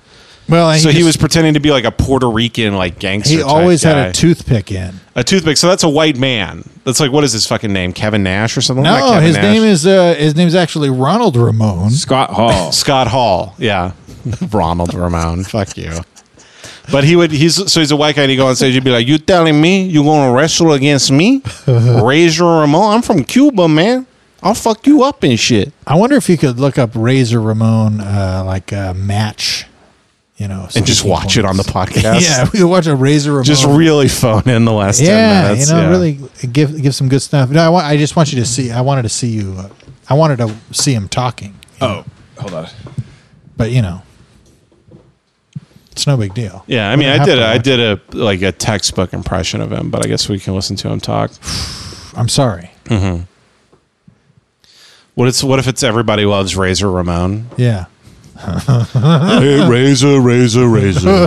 Well,
so he
just-
was pretending to be like a Puerto Rican like gangster.
He
type
always had
guy.
a toothpick in.
a toothpick. So that's a white man. That's like what is his fucking name? Kevin Nash or something? like
No,
Kevin
his
Nash.
name is uh, his name's actually Ronald Ramon.
Scott Hall.
Scott Hall. Yeah. Ronald Ramon. Fuck you. But he would, he's, so he's a white guy and he'd go on stage, he'd be like, You telling me you going to wrestle against me? Razor Ramon? I'm from Cuba, man. I'll fuck you up and shit.
I wonder if you could look up Razor Ramon, uh, like a match, you know, so
And just
people-
watch it on the podcast.
Yeah, we could watch a Razor Ramon.
Just really phone in the last 10
yeah, you
minutes.
know, really give give some good stuff. No, I want. I just want you to see. I wanted to see you. Uh, I wanted to see him talking. Oh, hold on. But you know, it's no big deal.
Yeah, I
We
mean,
don't
I
have
did,
to
a, I
watch-
did a, like a textbook impression of him, but I guess we can listen to him talk.
I'm sorry.
What, it's, what if it's Everybody Loves Razor Ramon?
Yeah.
hey, Razor, Razor, Razor.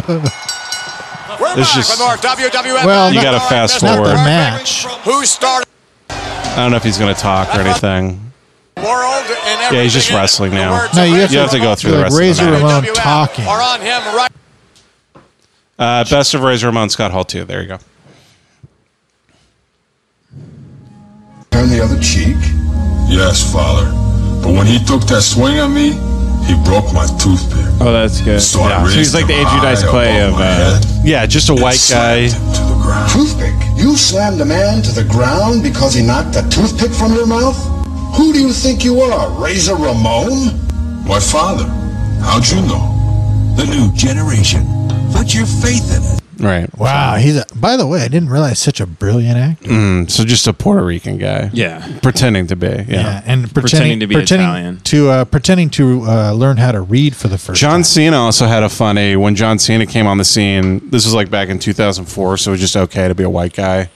It's just,
WWF.
Well,
you
not-
got to fast
not the
forward.
match.
Who started?
I don't know if he's going to talk or anything.
World and everything.
Yeah, he's just wrestling now.
No, you have
You have to go through the rest of the
Razor
match.
Ramon talking.
Are on him right.
Uh, best of Razor Ramon Scott Hall too. There you go.
Turn the other cheek? Yes, father. But when he took that swing at me, he broke my toothpick.
Oh, that's good.
So
Yeah.
I
So
raised
he's like the
him
Andrew Dice
high
Clay
above
of.
my
Uh,
head
Yeah, just a
and
white guy.
slammed him to the ground.
Toothpick. You slammed a man to the ground because he knocked a toothpick from your mouth? Who do you think you are, Razor Ramon?
My father. How'd you know? The new generation. Put your faith in it.
Right.
Wow, he's a. By the way, I didn't realize such a brilliant actor.
Mm, so just a Puerto Rican guy.
Yeah.
Pretending to be. Yeah.
and pretending, to uh, pretending to uh, learn how to read for the first.
John Cena also had a funny when John Cena came on the scene. This was like back in 2004, so it was just okay to be a white guy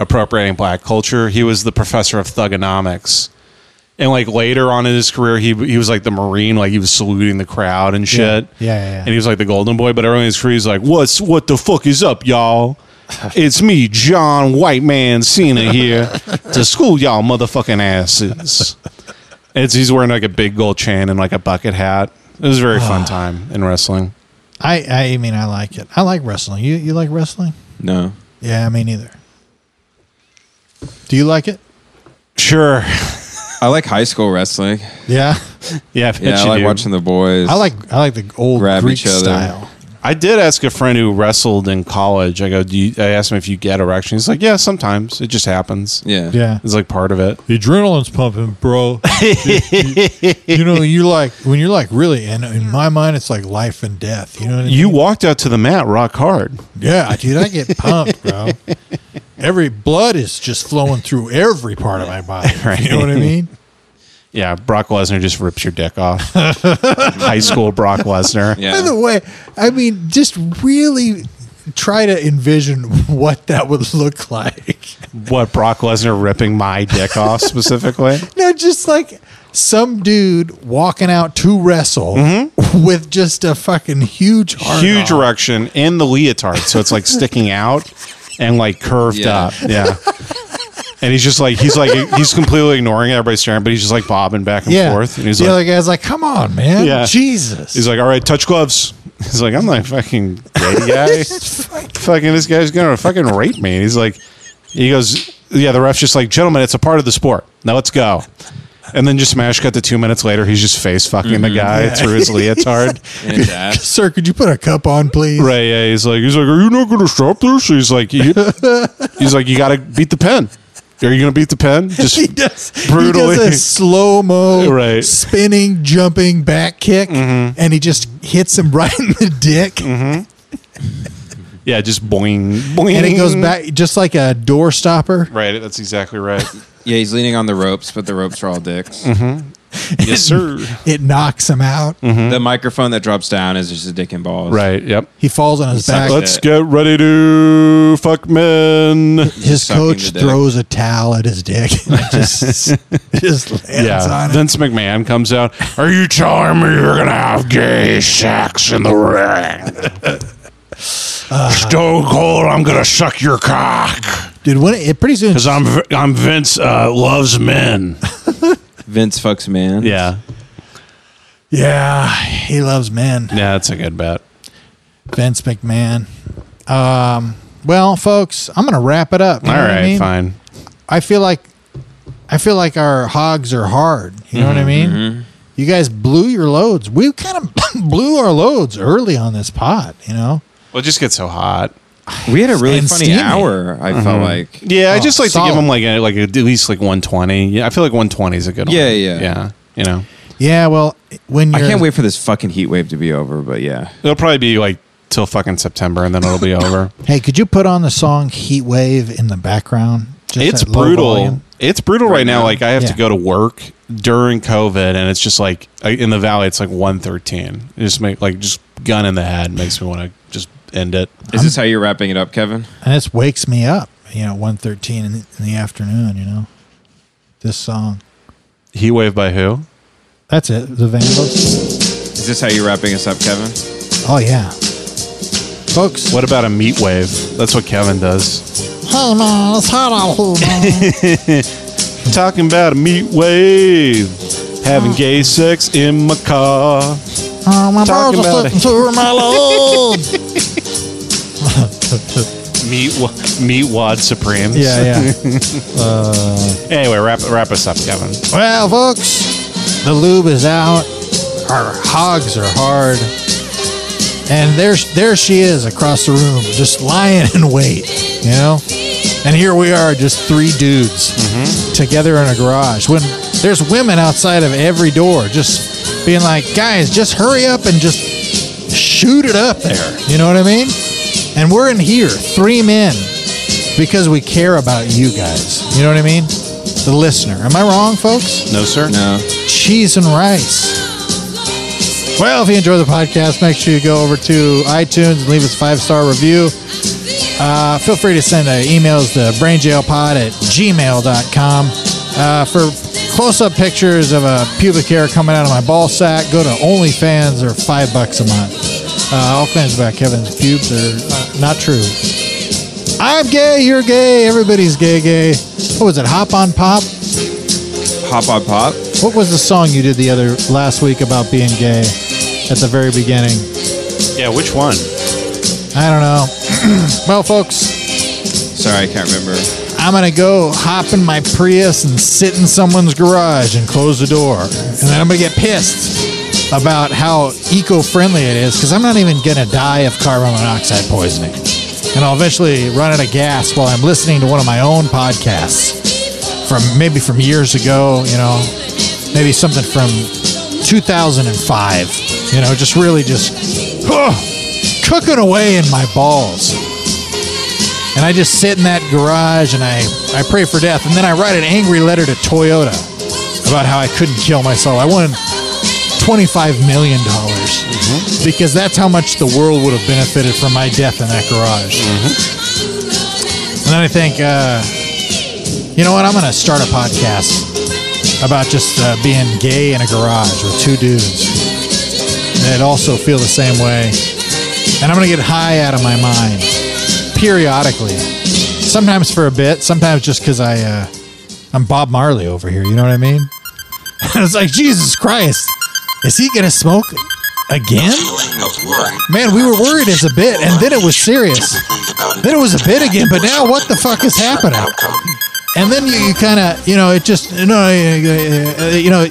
appropriating black culture. He was the professor of thugonomics. And like later on in his career, he he was like the Marine, like he was saluting the crowd and shit.
Yeah, yeah, yeah.
And he was like the golden boy, but everyone in his crew is like, What's what the fuck is up, y'all? It's me, John White Man Cena here to school y'all motherfucking asses. And it's he's wearing like a big gold chain and like a bucket hat. It was a very fun time in wrestling.
I I mean, I like it. I like wrestling. You you like wrestling?
No.
Yeah, me neither. Do you like it?
Sure.
I like high school wrestling.
Yeah.
Yeah,
Yeah, I like watching the boys.
I like I like the old
grab
Greek
each other.
style.
I did ask a friend who wrestled in college. I go, do you, I asked him if you get erections. He's like, yeah, sometimes it just happens.
Yeah,
Yeah.
it's like part of it.
The adrenaline's pumping, bro. you, you- you know, you like when you're like really, and in my mind, it's like life and death. You know what I mean?
You walked out to the mat rock hard.
Yeah, dude, I get pumped, bro. Every blood is just flowing through every part of my body. You know what I mean?
Yeah, Brock Lesnar just rips your dick off. High school Brock Lesnar.
By the way, I mean, just really try to envision what that would look like.
what Brock Lesnar ripping my dick off specifically?
No, just like some dude walking out to wrestle with just a fucking huge hard
Mm-hmm. Huge
on.
erection in the leotard, so it's like sticking out and like curved
Yeah.
up. Yeah. And he's just like he's like he's completely ignoring everybody staring, but he's just like bobbing back and
yeah.
forth. And he's
the
like,
other guy's like, "Come on, man, Jesus!"
He's like, all right, touch gloves. He's like, I'm not a fucking gay guy. fucking this guy's gonna fucking rape me. And he's like, he goes, yeah. The ref's just like, gentlemen, it's a part of the sport. Now let's go. And then just smash cut to two minutes later, he's just face fucking the guy
Yeah.
through his leotard.
Sir, could you put a cup on, please?
Right? Yeah. He's like, he's like, are you not gonna stop this? He's like, you- he's like, you gotta beat the pen. Are you gonna beat the pen? Just
He does
brutally.
He does a slow mo,
Right. Mm-hmm.
spinning, jumping back kick, and he just hits him right in the dick,
yeah, just boing, boing,
and it goes back just like a door stopper.
Right. That's exactly right.
Yeah, he's leaning on the ropes, but the ropes are all dicks.
Mhm. Yes, sir.
It knocks him out.
Mm-hmm.
The microphone that drops down is just a dick and balls.
Right. Yep.
He falls on his back.
Let's get ready to fuck men.
his coach throws a towel at his dick. And it just it just lands
Yeah.
on it.
Vince McMahon comes out. Are you telling me you're gonna have gay sex in the ring? Stone Cold, I'm gonna suck your cock
dude. When it, pretty soon,
because I'm V- I'm Vince uh, loves men.
Vince fucks man.
Yeah.
Yeah, he loves men.
Yeah, that's a good bet.
Vince McMahon. Um, well, folks, I'm gonna wrap it up. You
All
know what I
right,
mean?
fine.
I feel like I feel like our hogs are hard. You know what I mean?
Mm-hmm.
You guys blew your loads. We kind of blew our loads early on this pot. You know,
Well, it just gets so hot.
We had a really
And
funny
steamy.
hour. I felt
Mhm.
like.
Yeah, I
Oh,
just like to
solid.
give him like a, like a, at least like 120. Yeah, I feel like 120 is a good
Yeah,
one.
yeah.
yeah. You know,
yeah. Well, when
I
you're
can't wait for this fucking heat wave to be over, but yeah.
it'll probably be like till fucking September, and then it'll be over.
Hey, could you put on the song Heat Wave in the background? Just
it's
at low
brutal.
volume?
It's brutal right now. Like I have
Yeah.
to go to work during COVID, and it's just like I- in the valley, it's like one thirteen. It just make like just gun in the head makes me want to just end it.
Is this how you're wrapping it up, Kevin?
And this wakes me up, you know, 1.13 in the, in the afternoon, you know, this song.
Heat wave by who?
That's it, The Vandals.
Is this how you're wrapping us up, Kevin?
Oh, yeah. Folks,
what about a meat wave? That's what Kevin does.
Hey, man, it's hot out here,
Talking about a meat wave, having gay sex in my car.
Oh, my
Talking
balls
about
are
it.
slipping through my load.
meat wa- meat wad supremes.
Yeah, yeah.
anyway, wrap wrap us up, Kevin.
Well, folks, the lube is out. Our hogs are hard. And there's there she is across the room, just lying in wait, you know? And here we are, just three dudes together in a garage. When there's women outside of every door, just being like, guys, just hurry up and just shoot it up there. You know what I mean? And we're in here, three men, because we care about you guys. You know what I mean? The listener. Am I wrong, folks?
No, sir.
No.
cheese and rice. Well, if you enjoy the podcast, make sure you go over to iTunes and leave us a five star review. Uh, feel free to send uh, emails to brainjailpod at gmail.com. Uh, for close up pictures of a pubic hair coming out of my ball sack, go to OnlyFans or five bucks a month. Uh, all claims about Kevin's pubes are uh, not true. I'm gay, you're gay, everybody's gay, gay. What was it, Hop on Pop?
Hop on pop.
What was the song you did the other last week about being gay at the very beginning?
Yeah, which one?
I don't know. well, folks,
Sorry, I can't remember.
I'm going to go hop in my Prius and sit in someone's garage and close the door. And then I'm going to get pissed about how eco friendly it is because I'm not even going to die of carbon monoxide poisoning. And I'll eventually run out of gas while I'm listening to one of my own podcasts from maybe from years ago, you know, maybe something from 2005, you know, just really just oh, cooking away in my balls and I just sit in that garage and I, I pray for death. And then I write an angry letter to Toyota about how I couldn't kill myself. I won $25 million because that's how much the world would have benefited from my death in that garage. And then I think, uh, you know what? I'm going to start a podcast about just uh, being gay in a garage with two dudes that also feel the same way. And I'm going to get high out of my mind periodically. Sometimes for a bit, sometimes just because I, uh, I'm Bob Marley over here. You know what I mean? it's like, Jesus Christ, is he going to smoke again? Man, we were worried as a bit, and then it was serious. Then it was a bit again, but now what the fuck is happening? And then you, you kind of, you know, it just, you know, uh, uh, you know,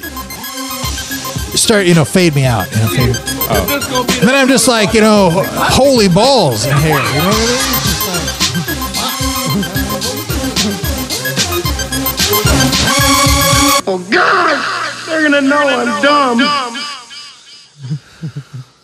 start, you know, fade me out. You know, fade And then I'm just like, you know, holy balls in here. You know what I mean?
Oh God! They're gonna know I'm dumb.